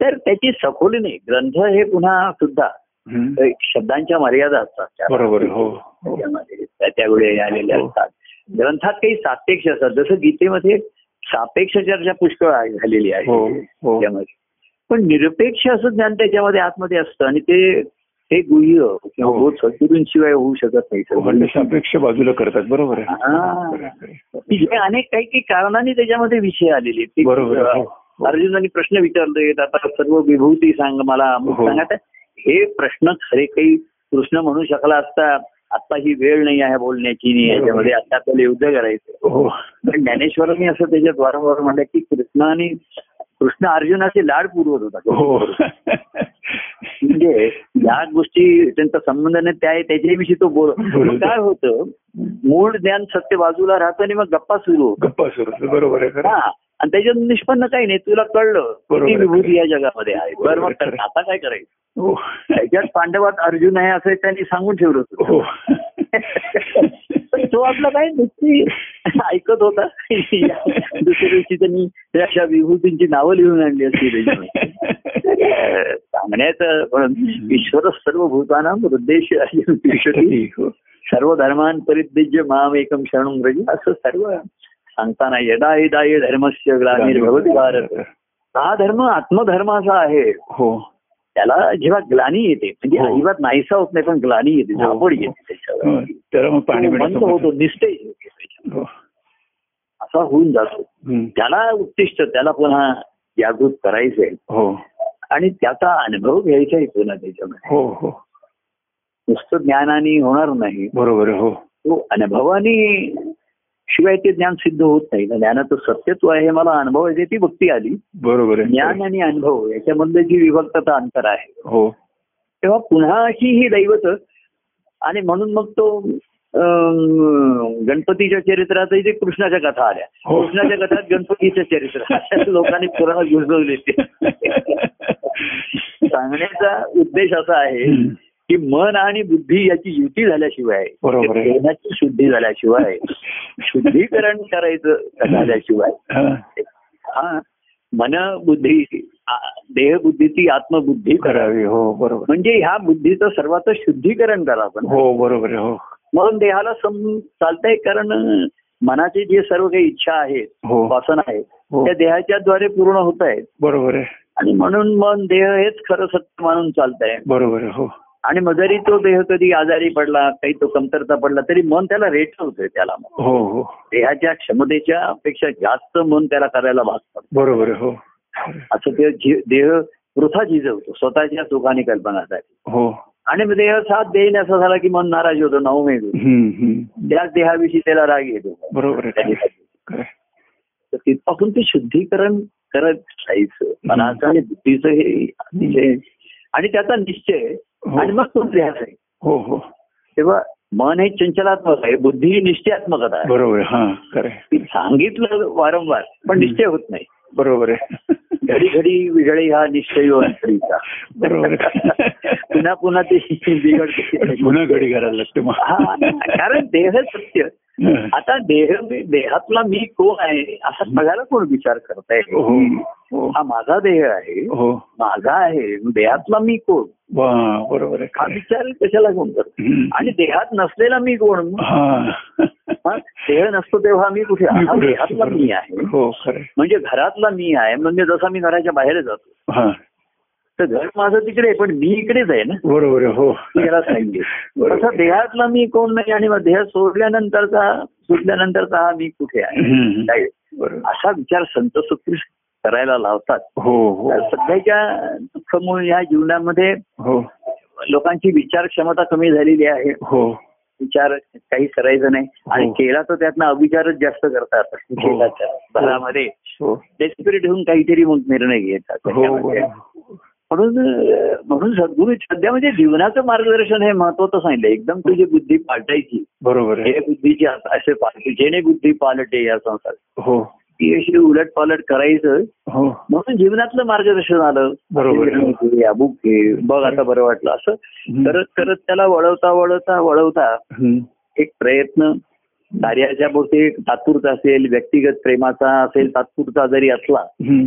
A: तर त्याची सखोली नाही ग्रंथ हे पुन्हा सुद्धा
B: हम्म.
A: एक शब्दांच्या मर्यादा असतात त्या-
B: बरोबर आहे, हो हो
A: त्याच्यामध्ये त्या- त्यावेळी आलेल्या
B: हो.
A: असतात ग्रंथात काही सापेक्ष असतात जसं गीतेमध्ये सापेक्ष चर्चा पुष्कळ आहे- झालेली
B: हो
A: आहे
B: हो
A: त्यामध्ये पण निरपेक्ष असं ज्ञान त्याच्यामध्ये आतमध्ये असतं आणि ते ते गुह्य किंवा
B: हो.
A: बोध सद्गुरूंशिवाय होऊ शकत नाही
B: म्हणजे सापेक्ष बाजूला करतात बरोबर आहे
A: हा.
B: बरोबर आहे.
A: की जे अनेक काही काही कारणाने त्याच्यामध्ये विषय आलेले आहेत. ते-
B: बरोबर आहे, हो.
A: अर्जुनाने प्रश्न विचारले आता सर्व विभूती सांग मला अमुक
B: हो.
A: सांगा तर हे प्रश्न खरे काही कृष्ण म्हणू शकला असता आता ही वेळ नाही आहे बोलण्याची नाही
B: बरोबर.
A: याच्यामध्ये आता आपल्याला युद्ध करायचं
B: हो
A: पण ज्ञानेश्वरांनी असं त्याच्यात वारंवार म्हणलं की कृष्णाने कृष्ण अर्जुनाचे लाड पुरवत होता
B: हो
A: म्हणजे या गोष्टी त्यांचा संबंध नाही त्या त्याच्याविषयी तो बोल
B: बोलत.
A: मग काय होतं मूळ ज्ञान सत्य बाजूला राहतं आणि मग गप्पा सुरू होतो
B: गप्पा सुरू असतात. बरोबर आहे खरं
A: हा आणि त्याच्यात निष्पन्न काही नाही तुला कळलं
B: बरोबर
A: किती
B: आहे.
A: विभूती या जगामध्ये आहे बरं मग
B: बरोबर आहे.
A: आता काय करायचं
B: हो
A: त्याच्यात पांडवात अर्जुन आहे असं त्यांनी सांगून ठेवलं होतं
B: हो
A: पण तो आपला काय नुसती ऐकत होता दुसऱ्या दिवशी त्यांनी त्या अशा विभूतींची नावं लिहून आणली असती त्याच्यामध्ये तर सांगण्याचं पण ईश्वर सर्व भूताना हृदेश
B: तिष्ठती. हो.
A: सर्व धर्मान परिद्विज्य माम एकम शरण व्रज असं सर्व सांगताना यदा यदा ये धर्मस्य ग्लानिर्भवती भारत हा धर्म आत्मधर्म असा आहे
B: हो
A: त्याला जेव्हा ग्लानी येते म्हणजे
B: हो.
A: अजिबात नाहीसा होत नाही पण ग्लानी येते
B: हो.
A: झापड येते त्याच्यावर
B: हं, हो. त्याला मग पाणी
A: तो मंद होतो निस्तेज हो, होतो त्याच्यावर.
B: हो
A: असा होऊन जातो
B: हं.
A: त्याला उत्तिष्ट त्याला पुन्हा जागृत करायचंय
B: हो
A: आणि त्याचा अनुभव घ्यायचा आहे पुन्हा त्याच्यामध्ये
B: हो हो
A: नुसतं ज्ञानाने होणार नाही
B: बरोबर आहे, हो
A: तो अनुभवाने शिवाय ते ज्ञान सिद्ध होत नाही ना ज्ञानाचं सत्यत्व आहे हे मला अनुभव येते ती भक्ती आली
B: बरोबर
A: ज्ञान
B: आहे
A: आणि अनुभव याच्यामधलं जी विभक्तता अंतर आहे
B: हो
A: तेव्हा पुन्हा अशी ही दैवत आणि म्हणून मग तो अं, गणपतीच्या चरित्रातही ते कृष्णाच्या कथा आल्या
B: हो.
A: कृष्णाच्या कथात गणपतीचं चरित्र अशा लोकांनी पुराणात घुसवले ते सांगण्याचा उद्देश असा आहे
B: हं.
A: की मन आणि बुद्धी याची युती झाल्याशिवाय
B: बरोबर आहे.
A: प्रेमाची शुद्धी झाल्याशिवाय शुद्धीकरण करायचं झाल्याशिवाय
B: हं.
A: हा मन बुद्धी आ- देहबुद्धी ती आत्मबुद्धी करा
B: करावी हो बरोबर
A: म्हणजे ह्या बुद्धीचं सर्वात शुद्धीकरण करा आपण
B: हो बरोबर आहे, हो
A: म्हणून देहाला सम चालतंय कारण अं, मनाचे जे सर्व काही इच्छा आहेत
B: हो
A: वासना आहेत
B: हो.
A: त्या देहाच्या द्वारे पूर्ण होत आहेत
B: बरोबर आहे
A: आणि म्हणून मन देह हेच खरं सत्य मानून चालत आहे
B: बरोबर आहे, हो
A: आणि मग जरी तो देह कधी आजारी पडला काही तो कमतरता पडला तरी मन त्याला रेटवतोय त्याला
B: हो हो
A: देहाच्या क्षमतेच्या पेक्षा जास्त मन त्याला करायला भाग पडतो
B: बरोबर आहे, हो
A: असं ते जी- देह वृथा झिजवतो स्वतःच्या सुखाने कल्पनासाठी
B: हो
A: आणि मग देह साथ देईन असा झाला की मन नाराज होतो नऊ मेघ
B: हं, हं.
A: त्याच देहाविषयी त्याला राग येतो
B: बरोबर आहे खरं आहे, खरं आहे.
A: तर तिथपासून ते शुद्धीकरण करत राहायचं मनाचं आणि बुद्धीचं हे अतिशय आणि त्याचा निश्चय
B: हो.
A: आणि मग तो ध्यास आहे
B: हो हो
A: तेव्हा मन हे चंचलात्मक आहे बुद्धी ही निश्चयात्मकता आहे
B: बरोबर आहे, हा खरं आहे.
A: ती सांगितलं वारंवार पण
B: हम्म.
A: निश्चय होत नाही
B: बरोबर आहे
A: घडी घडी विघडी हा निश्चय हो अंतरीचा.
B: बरोबर आहे.
A: पुन्हा पुन्हा ते बिघडते
B: आणि पुन्हा घडी घालायला लागते मग
A: हा कारण देह सत्य
B: हं.
A: आता देह देहातला मी कोण आहे असा सगळ्याला कोण विचार करताय
B: हो हो
A: हा माझा देह आहे
B: हो
A: माझा आहे देहातला मी कोण
B: वा बरोबर आहे
A: हा
B: खरं आहे.
A: विचार कशाला कोण करतो
B: हं.
A: आणि देहात नसलेला मी कोण
B: हा
A: हा, देह नसतो तेव्हा मी कुठे
B: मी
A: हा
B: कुठे
A: देहातला
B: असतो?
A: मी आहे
B: हो खरं आहे.
A: म्हणजे घरातला मी आहे म्हणजे जसा मी घराच्या बाहेर जातो
B: हा
A: तर घर माझं तिकडे आहे, पण मी इकडेच आहे ना
B: बरोबर आहे हो
A: मी घरात सांगितले
B: बरोबर.
A: तसा देहातला मी कोण नाही आणि मग देह सोडल्यानंतरचा सुटल्यानंतरचा हा मी कुठे आहे
B: हम्म.
A: काय?
B: बरोबर.
A: असा विचार संत सुखी करायला लावतात
B: हो हो
A: तर सध्याच्या दुःखमुळे या जीवनामध्ये
B: हो
A: लोकांची विचार क्षमता कमी झालेली आहे
B: हो
A: विचार काही करायचं नाही आणि
B: हो.
A: केला तर त्यातनं अविचारच जास्त करतात
B: हो.
A: केलाच्या घरामध्ये
B: हो
A: डेस्पिरेट होऊन काहीतरी मग निर्णय घेतात
B: हो
A: त्याच्यामध्ये.
B: बरोबर.
A: म्हणून अं, म्हणून सद्गुरू सध्या म्हणजे जीवनाचं मार्गदर्शन हे महत्वाचं सांगितलं एकदम तुझी बुद्धी पालटायची
B: बरोबर आहे
A: हे बुद्धीची अस- असे पालटे जेणे बुद्धी पालटे या संसार
B: हो
A: ती अशी उलट पालट करायचं
B: हो
A: म्हणून जीवनातलं मार्गदर्शन आलं
B: बरोबर.
A: निर्णय घे, अमुक घे, बघ आता बरं वाटलं असं
B: हम्म.
A: करत करत त्याला वळवता वळवता वळवता
B: हम्म.
A: एक प्रयत्न कार्याच्या पुरती तात्पुरता असेल व्यक्तिगत प्रेमाचा असेल तात्पुरता जरी असला
B: हम्म.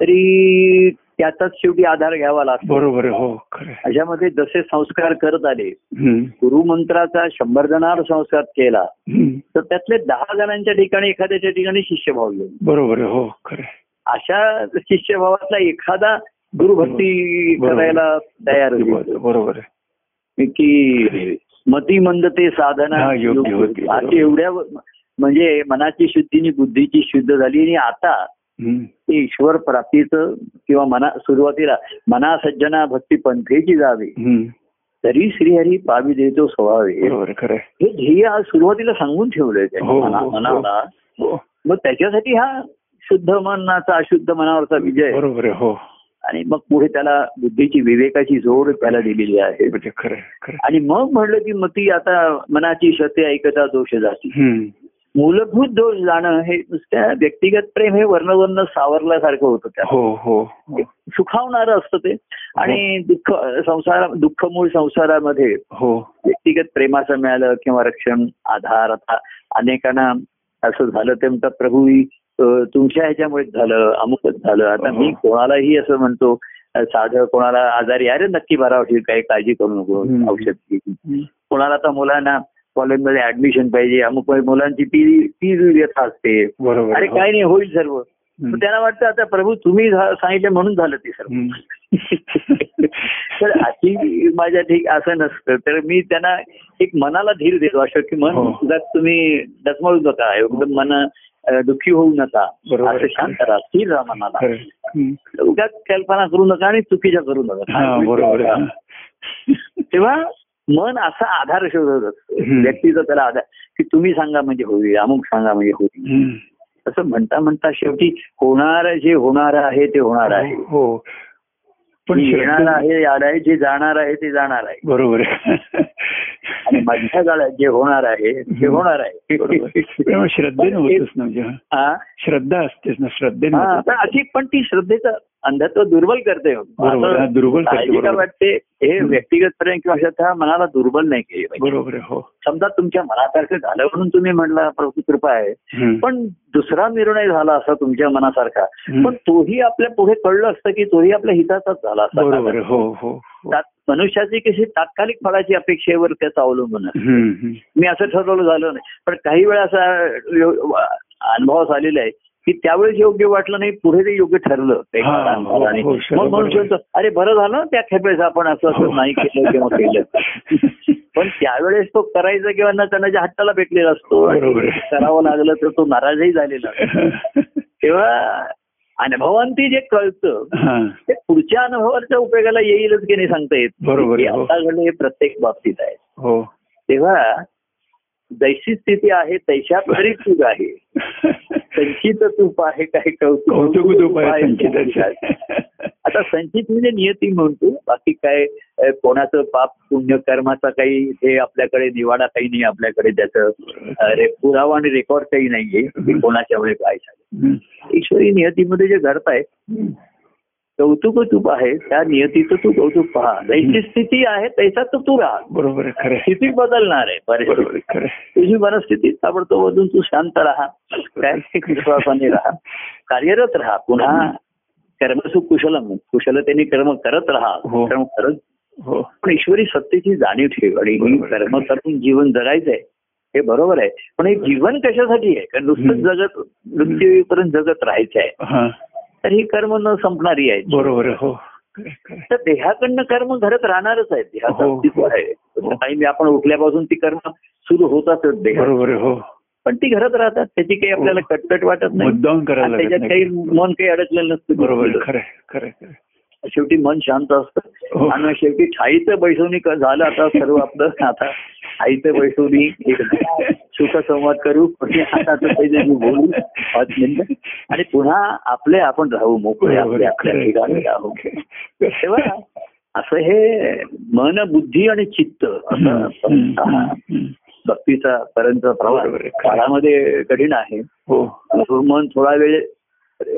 A: तरी त्याचाच शेवटी आधार घ्यावा लागतो
B: बरोबर आहे हो खरं आहे.
A: अशामध्ये जसे संस्कार करत आले
B: हम्म.
A: गुरुमंत्राचा शंभर जणांवर संस्कार केला
B: हम्म.
A: तर त्यातले दहा जणांच्या ठिकाणी एखाद्याच्या ठिकाणी शिष्यभाव घेऊन
B: बरोबर आहे हो खरं आहे.
A: अशा शिष्यभावातला एखादा गुरुभक्ती
B: बरोबर.
A: करायला तयार होईल
B: बरोबर बरोबर आहे
A: की मती मंदते साधना
B: हा, योग्य होती.
A: योग्य. अशी एवढ्या म्हणजे मनाची शुद्धीनी बुद्धीची शुद्ध झाली आणि आता
B: हम्म.
A: ते ईश्वर प्राप्तीचं किंवा मना सुरुवातीला मना सज्जना भक्ती पंथेची जावी
B: हम्म.
A: तरी श्रीहरी पावी देतो स्वभावे
B: बरोबर आहे, खरं आहे.
A: हे ध्येय आज सुरुवातीला सांगून ठेवलंय त्यांनी
B: हो,
A: मना-
B: हो, हो.
A: मनाला
B: हो
A: मग त्याच्यासाठी हा शुद्ध मनाचा अशुद्ध मनावरचा विजय
B: बरोबर आहे हो
A: आणि मग पुढे त्याला बुद्धीची विवेकाची जोड त्याला दिलेली आहे
B: म्हणजे खरं आहे, खरं आहे.
A: आणि मग म्हणलं की मती आता मनाची शते ऐकता दोष जाती
B: हम्म.
A: मूलभूत दोष जाणं हे नुसत्या व्यक्तिगत प्रेम हे वर्णवर्ण सावरल्यासारखं होतं त्या
B: हो हो हो
A: सुखावणारं असतं ते आणि दुःख संसार दुःखमूळ संसारामध्ये
B: हो
A: व्यक्तिगत प्रेमाचं मिळालं किंवा रक्षण आधार आता अनेकांना असं झालं ते म्हणतात प्रभू ही, अं, तुमच्या ह्याच्यामुळेच झालं अमुकच झालं आता मी
B: हो.
A: कोणालाही असं म्हणतो अं, साधं कोणाला आजारी अरे नक्की बरा होईल काही काळजी करू नको
B: हम्म.
A: औषध घे. कोणाला आता मुलांना कॉलेजमध्ये ऍडमिशन पाहिजे अमुक मुलांची ती ती व्यथा असते
B: बरोबर आहे,
A: अरे
B: हो.
A: काय नाही होईल सर्व
B: हम्म.
A: मग त्यांना वाटतं आता प्रभू तुम्ही झा- सांगितलं म्हणून झालं ते सर्व
B: हम्म.
A: तर अशी माझ्या ठीक असं नसतं तर मी त्यांना एक मनाला धीर देतो असं की मन
B: हो.
A: जर तुम्ही डचमळू नका एकदम मन अ, दुखी होऊ नका
B: बरोबर आहे.
A: असं शांत राहा स्थिर राहा मनाला
B: खरं आहे. हम्म.
A: उगाच कल्पना करू नका आणि चुकीच्या करू
B: हा बरोबर आहे.
A: नका तेव्हा मन असा आधार शोधत असतो
B: हम्म.
A: व्यक्तीचा त्याला आधार की तुम्ही सांगा म्हणजे होईल अमुक सांगा म्हणजे होईल
B: हम्म.
A: असं म्हणता म्हणता शेवटी होणार जे होणार आहे ते होणार आहे
B: हो पण
A: जे येणार
B: श्रद्धे-
A: आहे याड आहे जे जाणार आहे ते जाणार आहे
B: बरोबर आहे.
A: आणि मधल्या काळात जे होणार आहे ते होणार आहे
B: बरोबर आहे. त्यामुळे श्रद्धेने होतच ना म्हणजे हा.
A: हा?
B: श्रद्धा असतेच ना श्रद्धेने
A: हा,
B: होतं.
A: पण अशी पण ती श्रद्धेचं अंधत्व दुर्बल करते
B: बरोबर आहे. हा,
A: असं
B: दुर्बल करते,
A: काळजी का
B: बरोबर.
A: वाटते हे
B: हम्म.
A: व्यक्तिगत पर्यंत किंवा अशा मनाला दुर्बल नाही केली पाहिजे
B: बरोबर आहे हो
A: समजा तुमच्या मनासारखं झालं म्हणून तुम्ही म्हणला प्रभू कृपा आहे
B: हम्म.
A: पण दुसरा निर्णय झाला असा तुमच्या मनासारखा
B: हम्म.
A: पण तोही आपल्या पुढे कळलं असतं की तोही आपल्या हिताचाच झाला
B: बरोबर
A: असता
B: आहे. हो हो हो.
A: तात- मनुष्याची कशी तात्कालिक फळाची अपेक्षेवर त्याचं अवलंबून असतं.
B: हम्म, हम्म.
A: मी असं ठरवलं झालं नाही पण काही वेळा असा यो- अनुभवास आलेला आहे की त्यावेळेस योग्य वाटलं नाही पुढे ते योग्य ठरलं ते
B: हा,
A: कारण
B: हो,
A: आणि
B: हो, शरद
A: मग म्हणून
B: बरोबर.
A: शेवटचं, अरे बरं झालं ना त्या खेपेस आपण असं
B: हो.
A: असं नाही केलं किंवा केलं पण त्यावेळेस तो करायचा किंवा न करण्याच्या हट्टाला भेटलेला असतो
B: बरोबर आहे.
A: करावं लागलं तर तो नाराजही झालेला असतो. तेव्हा अनुभवांती जे कळतं
B: हा.
A: ते पुढच्या अनुभवाच्या उपयोगाला येईलच की नाही सांगता येत
B: बरोबर
A: हे
B: आहे, हो.
A: आता घडलं हे प्रत्येक बाबतीत आहे
B: हो
A: तेव्हा जैशी स्थिती आहे तैशा तरी चूक आहे संचित तूप आहे काही कौतुक
B: कौतुक उदूप आहे
A: संचित आहे.
B: संचिताचे.
A: आता संचित म्हणजे नियती म्हणतो बाकी काय अ, कोणाचं पाप पुण्य कर्माचा काही हे आपल्याकडे निवाडा काही नाही आपल्याकडे त्याचं अ, रे- पुरावा आणि रेकॉर्ड काही नाहीये की कोणाच्या वेळी काय झालं
B: हम्म.
A: ईश्वरी नियतीमध्ये जे घडताय
B: हम्म.
A: कौतुक तूप आहे त्या नियतीचं तू कौतुक पहा जैसी स्थिती आहे तैसा तर तू राहा
B: बरोबर आहे खरं आहे.
A: स्थिती बदलणार आहे परिस्थिती
B: बरोबर आहे खरं आहे.
A: तुझी मनस्थिती ताबडतोब बदलून तू शांत राहा काय विश्वासाने राहा कार्यरत राहा पुन्हा
B: हो.
A: कर्मसु कुशलम कुशलतेने कर्म करत राहा
B: हो.
A: कर्म करत
B: हो
A: पण ईश्वरी सत्तेची जाणीव ठेव आणि ही
B: बरोबर.
A: कर्म करून जीवन जगायचंय हे बरोबर आहे पण हे जीवन कशासाठी आहे कारण नुसतं
B: हम्म.
A: जगत मृत्यूपर्यंत जगत राहायचं आहे
B: हा
A: तर ही कर्म न संपणारी आहे
B: बरोबर आहे हो खरं आहे, खरं आहे.
A: तर देहाकडनं कर्म घडत राहणारच आहे देहाचं
B: हो.
A: अस्तित्व आहे
B: हो.
A: काही आपण उठल्यापासून ती कर्म सुरू होतातच देह
B: बरोबर आहे हो
A: पण ती घरात राहतात त्याची काही आपल्याला
B: हो.
A: कटकट वाटत नाही
B: मुद्दाम करायला
A: आणि
B: लागत
A: त्याच्यात
B: नाही
A: काही मन काही अडकलेलं नसतं
B: बरोबर आहे, खरं आहे, खरं आहे, खरं आहे.
A: शेवटी मन शांत
B: हो.
A: असतं आणि शेवटी ठाईचं बैसवणी क- झालं आता सर्व आपलं आता आईचं बैसवणी सुखसंवाद करू कोणी हाताचं पाहिजे मी बोलू पाच मिनिटं. आणि पुन्हा आपले आपण राहू मोकळे
B: बरोबर
A: आपले
B: आहे,
A: आपल्या
B: खरं आहे,
A: ठिकाणी राहू
B: खरं
A: तेव्हा
B: आहे.
A: असं हे मन बुद्धी आणि चित्त असं
B: हम्म,
A: हा
B: हम्म.
A: भक्तीचा पर्यंत
B: बरोबर
A: प्रवास
B: आहे.
A: काळामध्ये कठीण आहे
B: हो
A: मन थोडा वेळ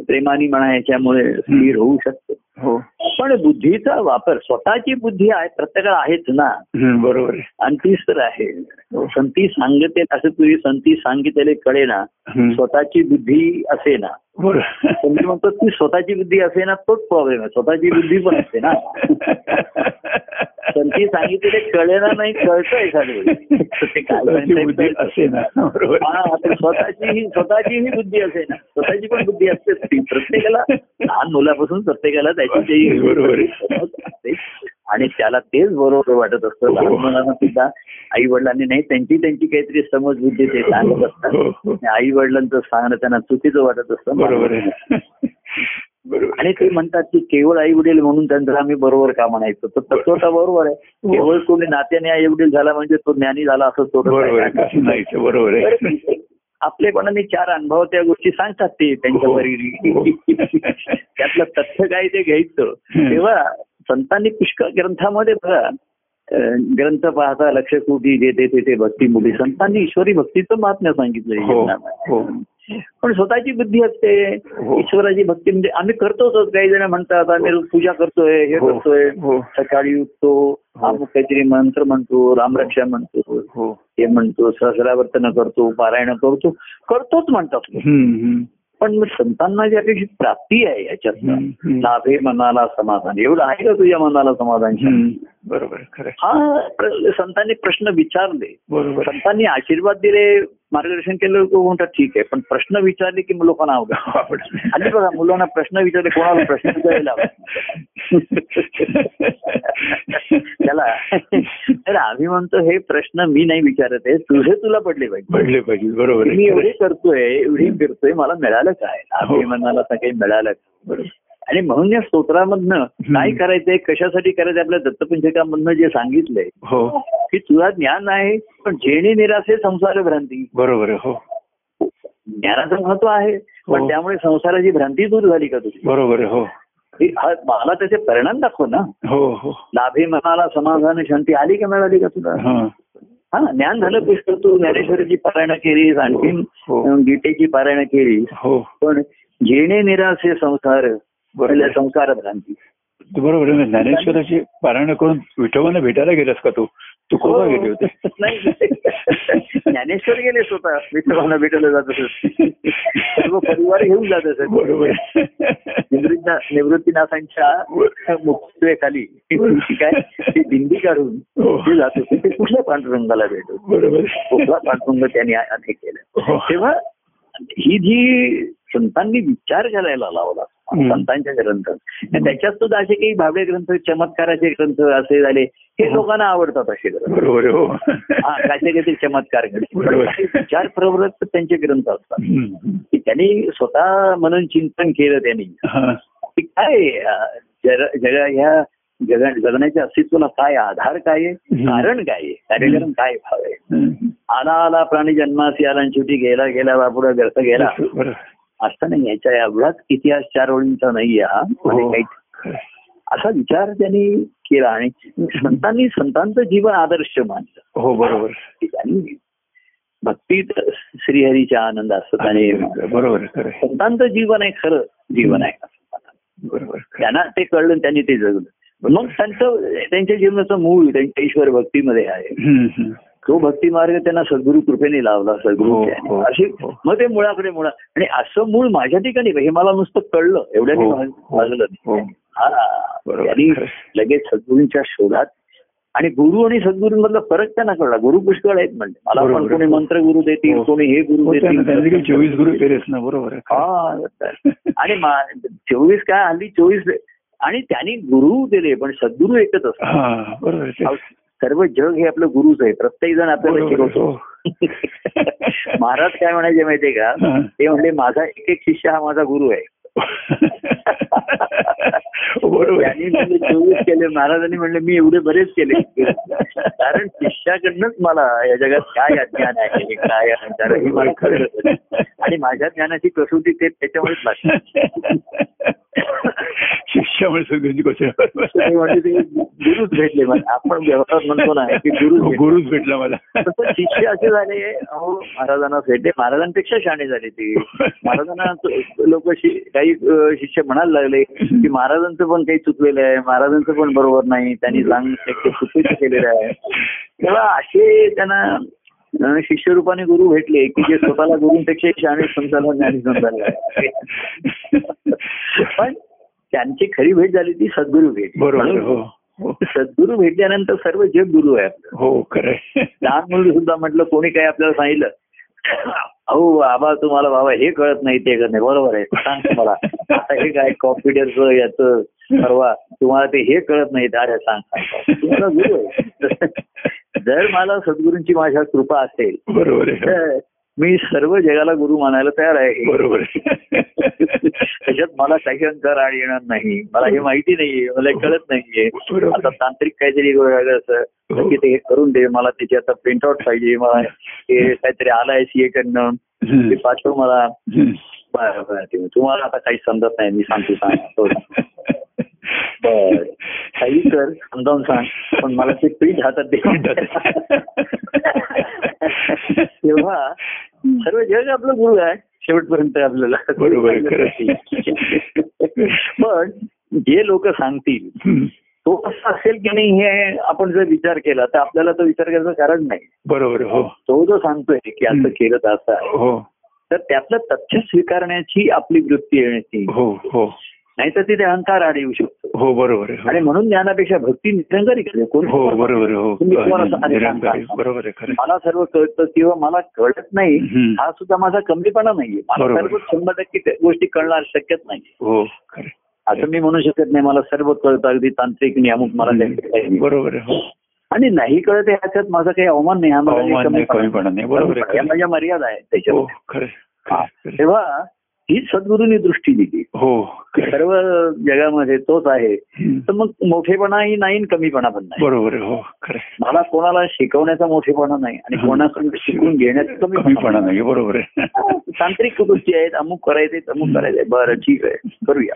A: प्रेमाने म्हणा याच्यामुळे स्थिर होऊ शकतो
B: हो
A: पण बुद्धीचा वापर स्वतःची बुद्धी आहे प्रत्येकाला आहेच ना
B: हम्म, बरोबर आहे
A: आणि तीच तर आहे संती सांगते असं तुझी संती सांगितलेले कळे ना
B: हम्म,
A: स्वतःची बुद्धी असे ना पण मी
B: बरोबर
A: म्हणतो ती स्वतःची बुद्धी असे ना तोच प्रॉब्लेम आहे स्वतःची बुद्धी पण असते ना संती सांगितलेले कळे ना नाही कळतं एखाद्या वेळी. ते काय
B: स्वतःची
A: सांगितलंय
B: बुद्धी
A: कळतं.
B: असे ना बरोबर
A: हा, आता स्वतःची ही स्वतःची ही बुद्धी असे ना स्वतःची पण बुद्धी असतेच ती प्रत्येकाला लहान मुलापासून प्रत्येकाला त्याची जी
B: बरोबर हो. आहे.
A: समज असते आणि त्याला तेच बरोबर वाटत असतं लहान मुलांना सुद्धा आई वडिलांनी नाही त्यांची त्यांची काहीतरी समज बुद्धी ते सांगत असतात
B: हो, हो.
A: आई वडिलांचं सांगणं त्यांना चुकीचं वाटत असतं
B: बरोबर आहे बरोबर
A: आणि ते म्हणतात की केवळ आई वडील म्हणून त्यांचं आम्ही बरोबर का म्हणायचं तर तत्वता बरोबर
B: हो.
A: आहे केवळ कोणी नात्याने आई वडील झाला म्हणजे तो ज्ञानी झाला असं
B: बरोबर आहे
A: थोडं
B: कसं नाही ते बरोबर
A: तर
B: आहे
A: आपलेपणाने चार अनुभव त्या गोष्टी सांगतात ते त्यांच्या
B: हो, हो.
A: वरील त्यातलं तथ्य काय ते घ्यायचं
B: हं.
A: तेव्हा संतांनी पुष्कळ ग्रंथामध्ये बघा अं, ग्रंथ पाहता लक्ष कुटी जेथे तेथे भक्ती मुली संतांनी ईश्वरी भक्तीचं महात्म्य सांगितलंय
B: हो
A: जीवनामध्ये.
B: हो
A: पण स्वतःची बुद्धी असते
B: हो.
A: ईश्वराची भक्ती म्हणजे आम्ही करतोच काही जण म्हणतात आम्ही रोज पूजा करतोय हे
B: हो.
A: करतोय
B: हो.
A: सकाळी उठतो अमुक काहीतरी मंत्र म्हणतो रामरक्षा म्हणतो
B: हो
A: हे म्हणतो सहस्रावर्तन करतो पारायण करतो करतोच म्हणतात लोक.
B: हम्म, हम्म.
A: पण मग संतांना जी अपेक्षित प्राप्ती आहे याच्यात
B: हम्म.
A: लाभे मनाला समाधान एवढं आहे का तुझ्या मनाला समाधान
B: हम्म, बरोबर आहे, खरं आहे.
A: हा प्र- संतांनी प्रश्न विचारले
B: बरोबर आहे.
A: संतांनी आशीर्वाद दिले मार्गदर्शन केलं लोक म्हणतात ठीक आहे पण प्रश्न विचारले की मग लोकांना आवडत
B: आवड.
A: आणि बघा मुलांना प्रश्न विचारले कोणाला प्रश्न विचारायला आवडत त्याला तर आम्ही म्हणतो हे प्रश्न मी नाही विचारत आहे तुझे तुला पडले पाहिजे
B: पडले पाहिजे बरोबर
A: मी
B: आहे, खरं
A: एवढे
B: आहे.
A: करतोय एवढी करतोय मला मिळालं काय
B: हो.
A: अभिमानाला असं काही मिळालं का?
B: बरोबर.
A: आणि म्हणून या स्तोत्रामधनं काय करायचंय कशासाठी करायचंय आपल्या दत्तपंचकामधनं जे सांगितलंय
B: हो
A: की तुला ज्ञान आहे पण जेणे निराशे संसार भ्रांती
B: बरोबर आहे, हो
A: ज्ञानाचं महत्व आहे पण
B: हो.
A: त्यामुळे संसाराची भ्रांती दूर झाली का तुझी
B: बरोबर आहे, हो
A: हे- हा- मला त्याचे परिणाम दाखव ना
B: हो हो
A: लाभे मनाला समाधान शांती आली का मिळाली का तुला
B: हा
A: हा ज्ञान झालं पुष्कळ तू ज्ञानेश्वरीची पारायण केली आणखीन
B: हो.
A: अं, गीतेची पारायण केली
B: हो
A: पण जेणे निराशे संसार
B: बरोबर आहे.
A: संसार भ्रांती
B: तू बरोबर आहे ना, ज्ञानेश्वराची पारायण करून विठोबांना भेटायला गेलास का तू तू कोबा
A: हो, हो.
B: गेले होते
A: नाही ज्ञानेश्वर गेले स्वतः विठ्ठलांना भेटायला जात असत सर्व परिवार घेऊन जात असत
B: बरोबर
A: निवृत्ती निवृत्तीनाथांच्या मुख्यत्वेखाली काय ती दिंडी काढून
B: हो.
A: ते जात होते ते कुठल्या पांडुरंगाला भेटत
B: बरोबर
A: कुठला पांडुरंग त्यांनी आ- हे केलं
B: हो.
A: तेव्हा ही जी संतांनी विचार करायला लावला
B: हम्म.
A: संतांच्या ग्रंथ आणि त्याच्यात सुद्धा असे काही भावडे ग्रंथ चमत्काराचे ग्रंथ असे झाले
B: हो.
A: हे लोकांना आवडतात असे ग्रंथ
B: बरोबर आहे, हो
A: हा काहीतरी काहीतरी चमत्कार
B: बरोबर.
A: घडले विचार प्रवृत्त त्यांचे ग्रंथ असतात
B: हम्म.
A: की त्यांनी स्वतः म्हणून चिंतन केलं त्यांनी
B: हा.
A: की काय अं, जग जगा ह्या जग जगण्याच्या अस्तित्वाला काय आधार काय आहे?
B: हम्म.
A: कारण काय आहे? कार्यक्रम काय भाव आहे
B: हम्म.
A: आला आला प्राणी जन्मासी आला आणि शेवटी गेला गेला बापुरा व्यर्थ गेला
B: बरोबर
A: असं नाही याच्या एवढाच इतिहास चार ओळींचा नाही हा म्हणजे
B: हो.
A: काही
B: खरं आहे.
A: असा विचार त्यांनी केला आणि संतांनी संतांचं जीवन आदर्श मानलं
B: हो बरोबर
A: ठिकाणी भक्तीत श्रीहरीच्या आनंद असतात आणि
B: बरोबर आहे, खरं आहे.
A: संतांचं जीवन आहे खरं जीवन आहे
B: बरोबर खरं
A: त्यांना ते कळलं आणि त्यांनी ते जगलं मग त्यांचं त्यांच्या जीवनाचं मूळ त्यांच्या ईश्वर भक्तीमध्ये आहे
B: आहे. हम्म, हम्म.
A: तो भक्ती मार्ग त्यांना सद्गुरु कृपेने लावला सद्गुरु
B: हो,
A: त्याने.
B: हो,
A: अशी
B: हो.
A: मग ते मुळाकडे मुळा आणि असं मूळ माझ्या ठिकाणी हे मला नुसतं कळलं एवढ्याने
B: हो,
A: भाग-
B: हो,
A: भागलं
B: हो.
A: नाही. हा
B: बरोबर.
A: त्यांनी लगेच सद्गुरूंच्या शोधात आणि गुरु आणि सद्गुरूंमधला फरक त्यांना कळला गुरु पुष्कळ आहेत म्हणजे मला पण
B: बरोबर.
A: कोणी मंत्र गुरु देतील
B: हो.
A: कोणी हे गुरु
B: हो,
A: देतील
B: त्यांना- त्यांनी काही चोवीस गुरु केलेस ना बरोबर आहे, खरं आहे.
A: हा, आणि मा- चोवीस काय हल्ली चोवीस आणि त्यांनी गुरु दिले पण सद्गुरू एकच असतात
B: हा बरोबर आहे,
A: अहो,
B: ते-
A: सर्व जग हे आपलं गुरुच आहे प्रत्येक जण आपल्याला
B: बरोबर आहे,
A: शिकवतो
B: हो.
A: महाराज काय म्हणायचे माहितीये का
B: हा.
A: ते म्हणले माझा एक एक शिष्य हा माझा गुरु आहे
B: बरोबर
A: त्यांनी म्हणजे चोवीस केले महाराजांनी म्हणले मी एवढे बरेच केले कारण शिष्याकडनंच मला या जगात काय अज्ञान आहे काय अहंकार आहे हे मला कळलं होतं. आणि माझ्या ज्ञानाची कसोटी ते त्याच्यामुळेच लागते
B: शिष्यामुळे सगळ्यांची
A: नाही म्हणजे ते
B: गोष्ट
A: गुरुच भेटले मला आपण व्यवहार म्हणतो ना की गुरुच भेटले.
B: गुरुच भेटला मला
A: तसं शिष्य असे झाले अहो महाराजांना भेटले महाराजांपेक्षा शहाणे झाले ते महाराजांना लोक काही अ, शिष्य म्हणायला लागले की महाराजांचं पण काही चुकलेलं आहे महाराजांचं पण बरोबर नाही त्यांनी सांग चुकीचं केलेलं आहे तेव्हा असे त्यांना अ, शिष्यरूपाने गुरु भेटले की जे स्वतःला गुरुंपेक्षा शहाणे समजायला ज्ञानी समजायला लागले. पण त्यांची खरी भेट झाली ती सद्गुरु भेट
B: बरोबर हो
A: म्हणून
B: हो.
A: सद्गुरु भेटल्यानंतर सर्व जग गुरु आहे आपलं
B: हो खरंय
A: लहान मुली सुद्धा म्हटलं कोणी काय आपल्याला सांगितलं अहो बाबा तुम्हाला बाबा हे कळत नाही ते कळत नाही बरोबर आहे सांग तुम्हाला आता हे काय कॉम्प्युटरच याचं परवा तुम्हाला ते हे कळत नाही अरे सांग सांग तुम्हाला गुरु आहे जर मला सद्गुरूंची माझ्या कृपा असेल
B: बरोबर आहे
A: तर मी सर्व जगाला गुरु मानायला तयार आहे
B: बरोबर आहे
A: त्याच्यात मला काही अंकार आड येणार नाही मला हे माहिती नाहीये मला हे कळत नाहीये
B: बरोबर
A: आता
B: आहे.
A: तांत्रिक काहीतरी वेगळं असं
B: हो.
A: की ते हे करून दे मला त्याची आता प्रिंटआउट पाहिजे मला हे काहीतरी आलाय सीए कडनं ते
B: हम्म.
A: पाठव मला
B: हम्म.
A: बरं बरं ते तुम्हाला आता काही समजत नाही मी सांगतो सांग बर काही कर समजावून सांग पण मला ते प्रिंट हातात दे तेव्हा सर्व जग आपलं गुरु आहे शेवटपर्यंत आपल्याला
B: बरोबर आहे, खरं आहे.
A: पण जे लोक सांगतील
B: हम्म.
A: तो कसा असेल की नाही हे आपण जर विचार केला तर आपल्याला तो विचार करायचं कारण नाही
B: बरोबर आहे, हो
A: तो जो सांगतोय की असं
B: हम्म.
A: केलं तर असं आहे
B: हो
A: तर त्यातलं तथ्य स्वीकारण्याची आपली वृत्ती येण्याची
B: हो हो
A: नाहीतर तिथे अहंकार आड येऊ शकतो
B: हो बरोबर आहे, हो.
A: आणि म्हणून ज्ञानापेक्षा भक्ती निरंकारी करते कोण
B: हो बरोबर आहे,
A: तुम्ही कोण
B: हो
A: असं- अरे,
B: निरंकारी
A: सांगा.
B: बरोबर आहे खरं आहे.
A: मला सर्व कळतं किंवा मला कळत नाही
B: हम्म.
A: हा सुद्धा माझा कमीपणा नाहीये मला
B: बरोबर.
A: सर्व शंभर टक्के त्या गोष्टी कळणार शक्यच नाही
B: हो खरं आहे.
A: असं मी म्हणू शकत नाही मला सर्व कळतं अगदी तांत्रिक नियामक मला त्यांचे काही.
B: बरोबर आहे हो
A: आणि नाही कळत ह्याच्यात माझा काही अवमान नाही हा माझा काही
B: अवमान नाही
A: कमीपणा नाही.
B: कमीपणा नाही बरोबर आहे
A: या
B: खरं आहे.
A: माझ्या मर्यादा आहेत
B: हो
A: त्याच्यात
B: खरं आहे,
A: हा.
B: खरं आहे.
A: तेव्हा ही सद्गुरूंनी दृष्टी दिली
B: हो खरं आहे.
A: सर्व जगामध्ये तोच आहे तर
B: हम्म.
A: मग मोठेपणाही नाही आणि कमीपणा पण नाही
B: बरोबर आहे हो खरं आहे.
A: मला कोणाला शिकवण्याचा मोठेपणा नाही आणि
B: हम्म.
A: कोणाकडून शिकून घेण्याचा
B: कमीपणा
A: कमीपणा नाही
B: नाही हो. बरोबर आहे
A: तांत्रिक गोष्टी आहेत अमुक करायचे अमुक करायचंय बरं ठीक आहे करूया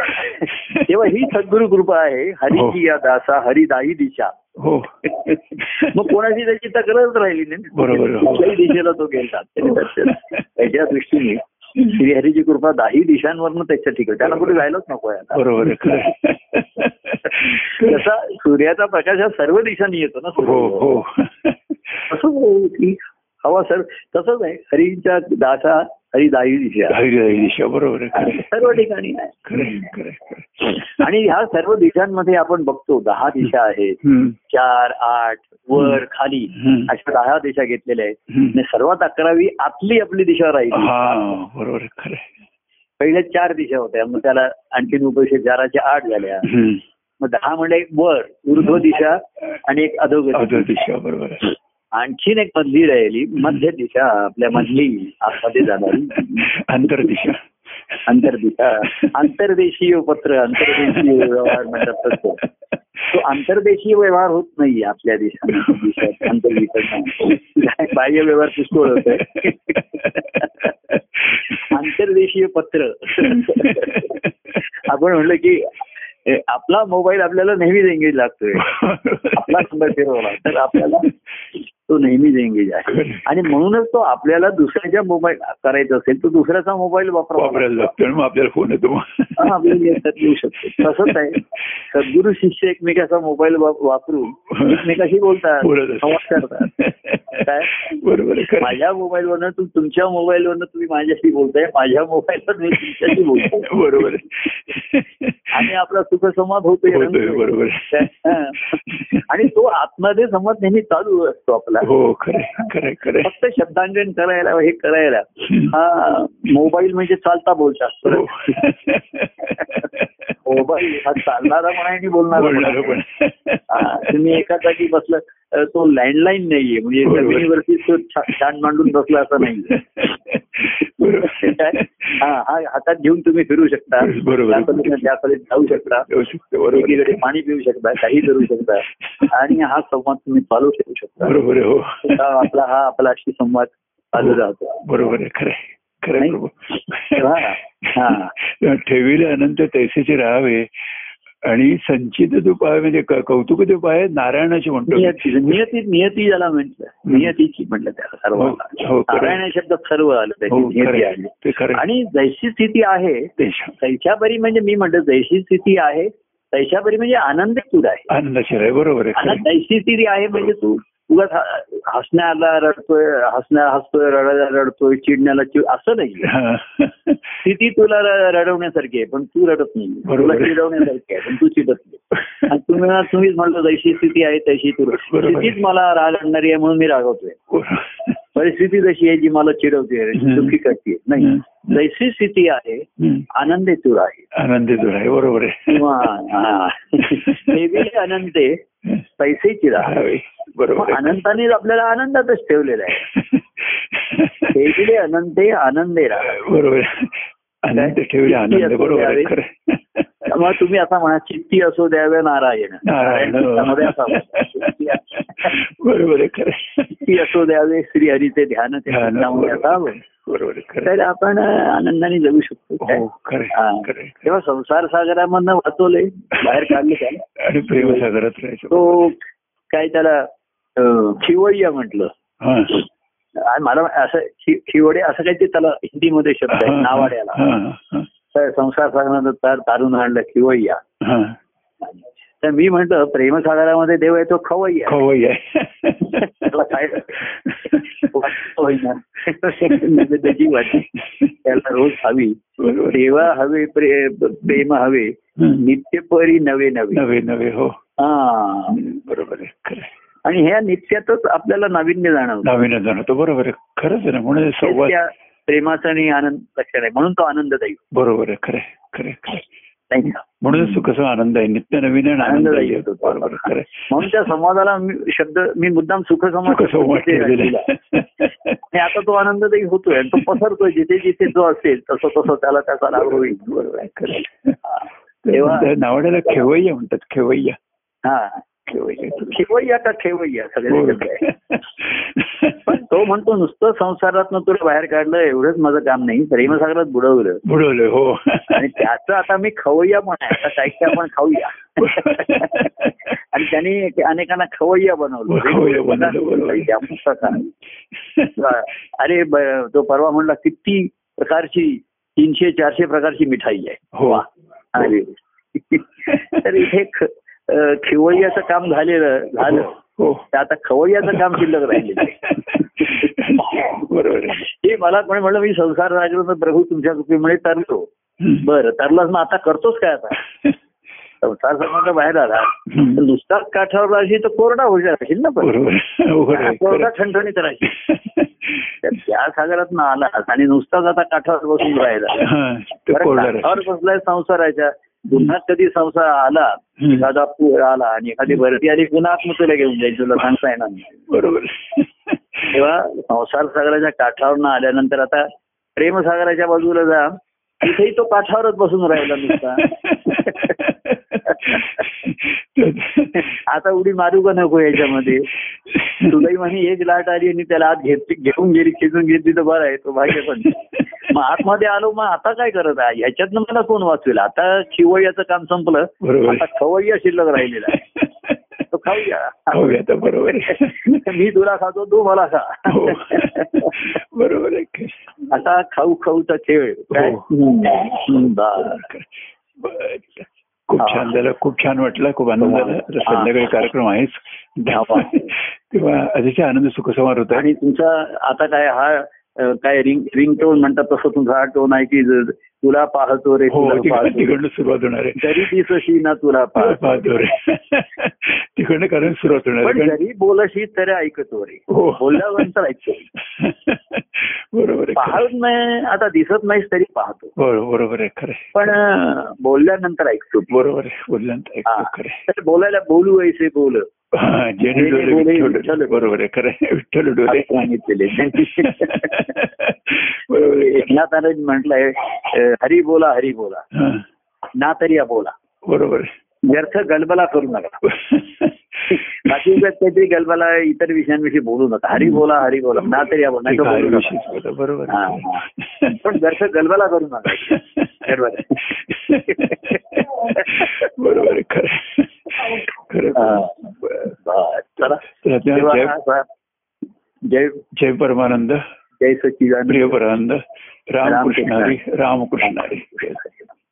A: तेव्हा ही सद्गुरु कृपा आहे हरीची या दासा हरिदाई दिशा
B: हो
A: मग कोणाची त्याची तक्रारच राहिली नाही
B: बरोबर आहे.
A: कुठल्याही दिशेला तो गेला त्याच्या दृष्टीने श्रीहरीची कृपा दाही दिशांवरनं त्याच्या ठिकाणी त्याला कुठे जायलाच नको आहे आता
B: बरोबर आहे खरं आहे.
A: तसा सूर्याचा प्रकाश हा सर्व दिशांनी येतो ना
B: हो हो
A: असं की हवा सर्व तसंच आहे हरीच्या दासा हरी दाही दिशा
B: घाई घाई दिशा बरोबर आहे खरं आहे.
A: सर्व ठिकाणी आहे
B: खरं आहे, खरं आहे, खरं आहे.
A: आणि ह्या सर्व दिशांमध्ये आपण बघतो दहा दिशा आहेत
B: हम्म,
A: चार आठ वर खाली
B: हम्म.
A: अशा दहा दिशा घेतलेल्या आहेत
B: हम्म.
A: आणि सर्वात अकरावी आतली आपली दिशा राहिली
B: हा बरोबर आहे, खरं आहे.
A: पहिल्या चार दिशा होत्या मग त्याला आणखीन उपक्षेप चाराच्या आठ झाल्या
B: हम्म.
A: मग दहा म्हणजे एक वर ऊर्ध्व दिशा आणि एक अधोगत
B: अधो दिशा बरोबर आहे
A: आणखीन एक मधली राहिली मध्य दिशा आपल्या मधली आतमध्ये जाणारी
B: अंतरदिशा
A: अंतरदिशा आंतरदेशीय पत्र आंतरदेशीय व्यवहार म्हणतात तसं. तो आंतरदेशीय व्यवहार होत नाही आपल्या देशात आंतरदेशात बाह्य व्यवहार पुष्कळ होत आहे आंतरदेशीय पत्र आपण म्हणलं की ए, आपला मोबाईल आपल्याला नेहमी एंगेज लागतोय आपला नंबर फिरवला तर आपल्याला तो नेहमीच एंगेज आहे आणि म्हणूनच तो आपल्याला दुसऱ्याच्या मोबाईल करायचा असेल तर दुसऱ्याचा मोबाईल वापरावा लागतो.
B: वापरायला लागतो आणि मग आपल्याला फोन येतो
A: हा, आपल्याला येतात येऊ शकतो तसंच आहे सद्गुरु शिष्य एकमेकाचा मोबाईल वापरून एकमेकाशी बोलतात
B: बोलत
A: संवाद करतात काय?
B: असतो. बरोबर आहे, खरं आहे.
A: माझ्या मोबाईलवरनं तू तुमच्या मोबाईलवरनं तुम्ही माझ्याशी बोलताय माझ्या मोबाईलवर मी तुमच्याशी बोलतोय
B: बरोबर आहे.
A: आणि आपला सुखसंवाद
B: होतोय,
A: होतोय
B: बरोबर आहे.
A: हा. आणि तो आतमध्ये संवाद नेहमी चालू असतो आपला
B: हो खरं खरं खरं
A: फक्त शब्दांकन करायला हे करायला हा मोबाईल म्हणजे चालता बोलता असतो
B: हो.
A: मोबाईल हो, हा चालणारा पण आहे आणि बोलणारा पण
B: बोलणार
A: आहे.
B: पण
A: हा, तुम्ही एका जागी बसला अ, तो लँडलाईन नाहीये म्हणजे
B: बरोबर.
A: जमिनीवरती तो छा- छान मांडून बसला असं नाही
B: बरोबर
A: काय? हा हा हातात घेऊन तुम्ही फिरू शकता
B: बरोबर.
A: त्या पलीकडे त्या पलीकडे जाऊ शकता
B: येऊ शकतो, बरोबर आहे.
A: एकीकडे पाणी पिऊ शकता काही करू शकता आणि हा संवाद तुम्ही चालू ठेवू शकता
B: बरोबर आहे हो
A: हा आपला हा आपलाशी संवाद चालू राहतो
B: बरोबर आहे खरं आहे खरं
A: नाही.
B: प्रभू
A: हा. हा.
B: तेव्हा ठेवीले अनंत तैसेचे राहावे आणि संचित तू पाय म्हणजे क- कौतुक तू पाय नारायणाचे म्हणतो मी.
A: नियती नियती नियती ज्याला म्हटलं नियतीची म्हटलं त्याला सर्व
B: हो, हो, खरं.
A: नारायण या शब्दात सर्व आलं त्याची
B: हो,
A: नियती
B: खरं.
A: आली
B: ते खरं
A: आणि जैशी स्थिती आहे
B: तेच.
A: तैशा बरी म्हणजे मी म्हणतो जैशी स्थिती आहे तैशा बरी म्हणजे आनंद तू आहे
B: आनंदाचे राह बरोबर आहे
A: आणि
B: खरं.
A: तैशी स्थिती आहे म्हणजे तू उगाच ह- हसण्याला रडतोय हसण्या हसतोय रडायला रडतोय चिडण्याला चिड असं नाही
B: हा.
A: स्थिती तुला र- रडवण्यासारखी आहे पण तू रडत नाही
B: बरोबर
A: तुला
B: आहे.
A: चिडवण्यासारखी आहे पण तू चिडत नाही आणि तुम्ही तुम्हीच म्हणलं जैशी स्थिती आहे तशी तू रड.
B: बरोबर आहे.
A: स्थितीच मला राग आणणारी आहे म्हणून मी रागवतोय परिस्थिती जशी आहे जी मला चिडवते
B: हम्म.
A: दुःखी करते नाही
B: हम्म.
A: जैसी स्थिती आहे
B: हम्म.
A: आनंदे तू आहे
B: आनंदी तू राह बरोबर आहे
A: किंवा हा. देवी अनंते पैसेची राह
B: राहावे बरोबर आहे.
A: अनंताने आपल्याला आनंदातच ठेवलेलं आहे देवीले अनंते आनंदे राह
B: बरोबर आहे. अनंत ठेवले आनंद बरोबर आहे खरं
A: त्यामुळे तुम्ही आता म्हणा चित्ती असो द्यावे नारायण
B: नारायण हो.
A: चित्तामध्ये असावं. चित्ती
B: बरोबर आहे खरं
A: असो द्यावे श्री हरीचे ध्यान ते
B: ध्यान, हो.
A: चित्तामध्ये
B: बरोबर.
A: असावं
B: बरोबर आहे खरं
A: तर आपण आनंदाने जगू शकतो
B: हो खरं
A: हा.
B: आहे, खरं आहे.
A: तेव्हा संसार सागरामधनं वाचवले बाहेर काढले त्याला
B: आणि प्रेम सागरात राहायचं
A: तो काय त्याला अं, खिवय्या म्हटलं
B: हा.
A: आणि मला असं खि- खिवडे असं काहीतरी त्याला हिंदीमध्ये शब्द आहे नावाड्याला
B: हा, हा,
A: तर संसार सागरामध्ये तार तारून आणलं खिवय्या
B: हा.
A: तर मी म्हंटल प्रेमसागरामध्ये देव आहे तो खवय्या
B: खवय्या.
A: त्याला काय वाटतं होईना. त्याची वाटी त्याला रोज हवी
B: बरोबर आहे.
A: देवा हवे प्रे- प्रेम हवे
B: हम्म.
A: नित्य परी नवे नवे
B: नवे नवे हो
A: हा
B: बरोबर आहे खरं आहे.
A: आणि ह्या नित्यातच आपल्याला नाविन्य जाणवतं
B: नवीन जाणवतो बरोबर आहे खरंच आहे ना म्हणून
A: हेच
B: संवाद
A: त्या प्रेमाचं आणि आनंद लक्षण आहे म्हणून तो आनंददायी
B: बरोबर आहे खरं आहे, खरं आहे, खरं आहे.
A: नाही का?
B: म्हणूनच तू कसं आनंद आहे नित्य नवीन आणि
A: आनंददायी
B: आनंददायी आहे.
A: होतो तो.
B: बरोबर आहे, खरं आहे.
A: म्हणून त्या संवादाला मी- शब्द मी मुद्दाम सुख संवाद
B: तू कसं
A: तिथे
B: वाटलेलं
A: राहिलेला.
B: आहे.
A: आणि आता तो आनंददायी होतोय आणि तो पसरतोय जिथे जिथे जो असेल तसं तसं त्याला त्याचा लाभ होईल
B: बरोबर आहे, खरं आहे.
A: हा. तेव्हा
B: त्या नावाड्याला खेवय्या म्हणतात खेवय्या
A: हा
B: खेवय्या
A: ठेवय्या का ठेवय्या सगळे
B: हो.
A: त्याच्यात आहे. पण तो म्हणतो नुसतं संसारात तुला बाहेर काढलं एवढंच माझं काम नाही प्रेमसागरात बुडवलं
B: बुडवलं हो
A: आणि त्याचं आता मी खवय्या पण आहे आता काही काही आपण खाऊया आणि त्यांनी अनेकांना खवय्या बनवलं
B: हो, खवय्या बनवलं, बरोबर.
A: त्या पुस्तकात अरे ब- तो परवा म्हणला किती प्रकारची तीनशे चारशे प्रकारची मिठाई आहे
B: हो
A: अरे तर इथे ख- अं, खवय्याचं काम झालेलं झालं
B: हो
A: तर आता खवय्याचं काम शिल्लक राहिलेलं आहे.
B: बरोबर आहे.
A: हे मला पण म्हणलं मी संसार राहिलो तर प्रभू तुमच्या कृपेमुळे तरलो
B: हम्म.
A: बरं तरलाच मग आता करतोच काय आता संसार समाजा बाहेर आला तर
B: हम्म.
A: नुसताच काठावर राहशील तर कोरडा होईल राहशील ना पण
B: बरोबर आहे. हो, खरं आहे, खरं
A: कोरडा
B: आहे.
A: ठणठणीत राहील तर त्या सागरात ना आलास आणि नुसताच आता काठावर बसून राहिला
B: हा, ते
A: बरं,
B: कोरडा
A: काठावर बसलाय संसाराच्या पुन्हा कधी संसार आला
B: हम्म.
A: एखादा पूर आला आणि एखादी भरती आली पुन्हा आत्महत्येला घेऊन जाईल तुला सांगता येणार नाही
B: बरोबर
A: तेव्हा संसार सागराच्या काठावर ना आल्यानंतर आता प्रेमसागराच्या बाजूला जा तिथेही तो काठावरच बसून राहिला नुसता आता उडी मारू का नको याच्यामध्ये तुलाही म्हणे एक लाट आली आणि त्याला आत घेत घेऊन गेली खेचून घेतली तर बरं आहे तो भाग्य पण मग आतमध्ये आलो मग आता काय करत आहे ह्याच्यातनं मला कोण वाचवेल आता खिवळ्याचं काम संपलं
B: बरोबर
A: आता
B: आहे.
A: खवय्या शिल्लक राहिलेला आहे तो खाऊया
B: खाऊया तर बरोबर आहे.
A: मी तुला खातो तू मला खा
B: हो बरोबर आहे
A: आता खाऊ खाऊचा खेळ काय
B: हो.
A: हम्म, बरं.
B: बरं. खूप छान झालं खूप छान वाटलं खूप आनंद झाला आता
A: हा.
B: संध्याकाळी कार्यक्रम आहेच
A: धावा.
B: तेव्हा अतिशय आनंद सुखसंवार होता
A: आणि तुमचा आता काय हा अ, काय रिंग रिंग टोन म्हणतात तसं तुमचा हा टोन आहे की ज- तुला पाहतो रे
B: हो
A: तुला
B: तिकडनं
A: पाहतो
B: तिकडनं सुरुवात होणार आहे
A: जरी दिसशी ना तुला पाहतो
B: पाहतो रे तिकडनं कारण सुरुवात होणार
A: पण
B: आहे कारण-
A: जरी बोलशी तरी ऐकतो रे
B: हो
A: बोलल्यानंतर ऐकतो
B: बरोबर आहे खरं.
A: पाहत नाही आता दिसत नाहीस तरी पाहतो
B: बरो- बरोबर आहे खरं आहे.
A: पण अ, बोलल्यानंतर ऐकतो
B: बरोबर आहे बोलल्यानंतर
A: हा.
B: ऐकतो खरं आहे.
A: तर बोलायला बोलू ऐसे बोल
B: हा, जेणे
A: जेणे
B: डोळे
A: डोळे
B: विठ्ठल
A: विठ्ठल.
B: डोळे. बरोबर आहे खरं आहे. विठ्ठल डोळे
A: असं सांगितलेले
B: बरोबर आहे खरं.
A: एकनाथाने म्हटलंय अ, हरी बोला हरी बोला
B: हा,
A: ना तरी या बोला
B: बरोबर आहे.
A: व्यर्थ गलबला करू नका बाकी उगाच काहीतरी गलबाला इतर विषयांविषयी बोलू नका हरी बोला हरी बोला ना तरी आपण नाही तर बोलू नका.
B: बरोबर
A: हा, हा. पण दर्शक गलबाला करू नका गलबाला.
B: बरोबर आहे, खरं आहे. खरं
A: हा.
B: आहे.
A: बरं, चला
B: तर आपल्या
A: तेव्हा
B: जय-
A: आता जय
B: जय परमानंद
A: जय सच्चिदानंद
B: प्रिय परानंद रामकृष्ण हरी रामकृष्ण हरी
A: जय सच्चिदानंद.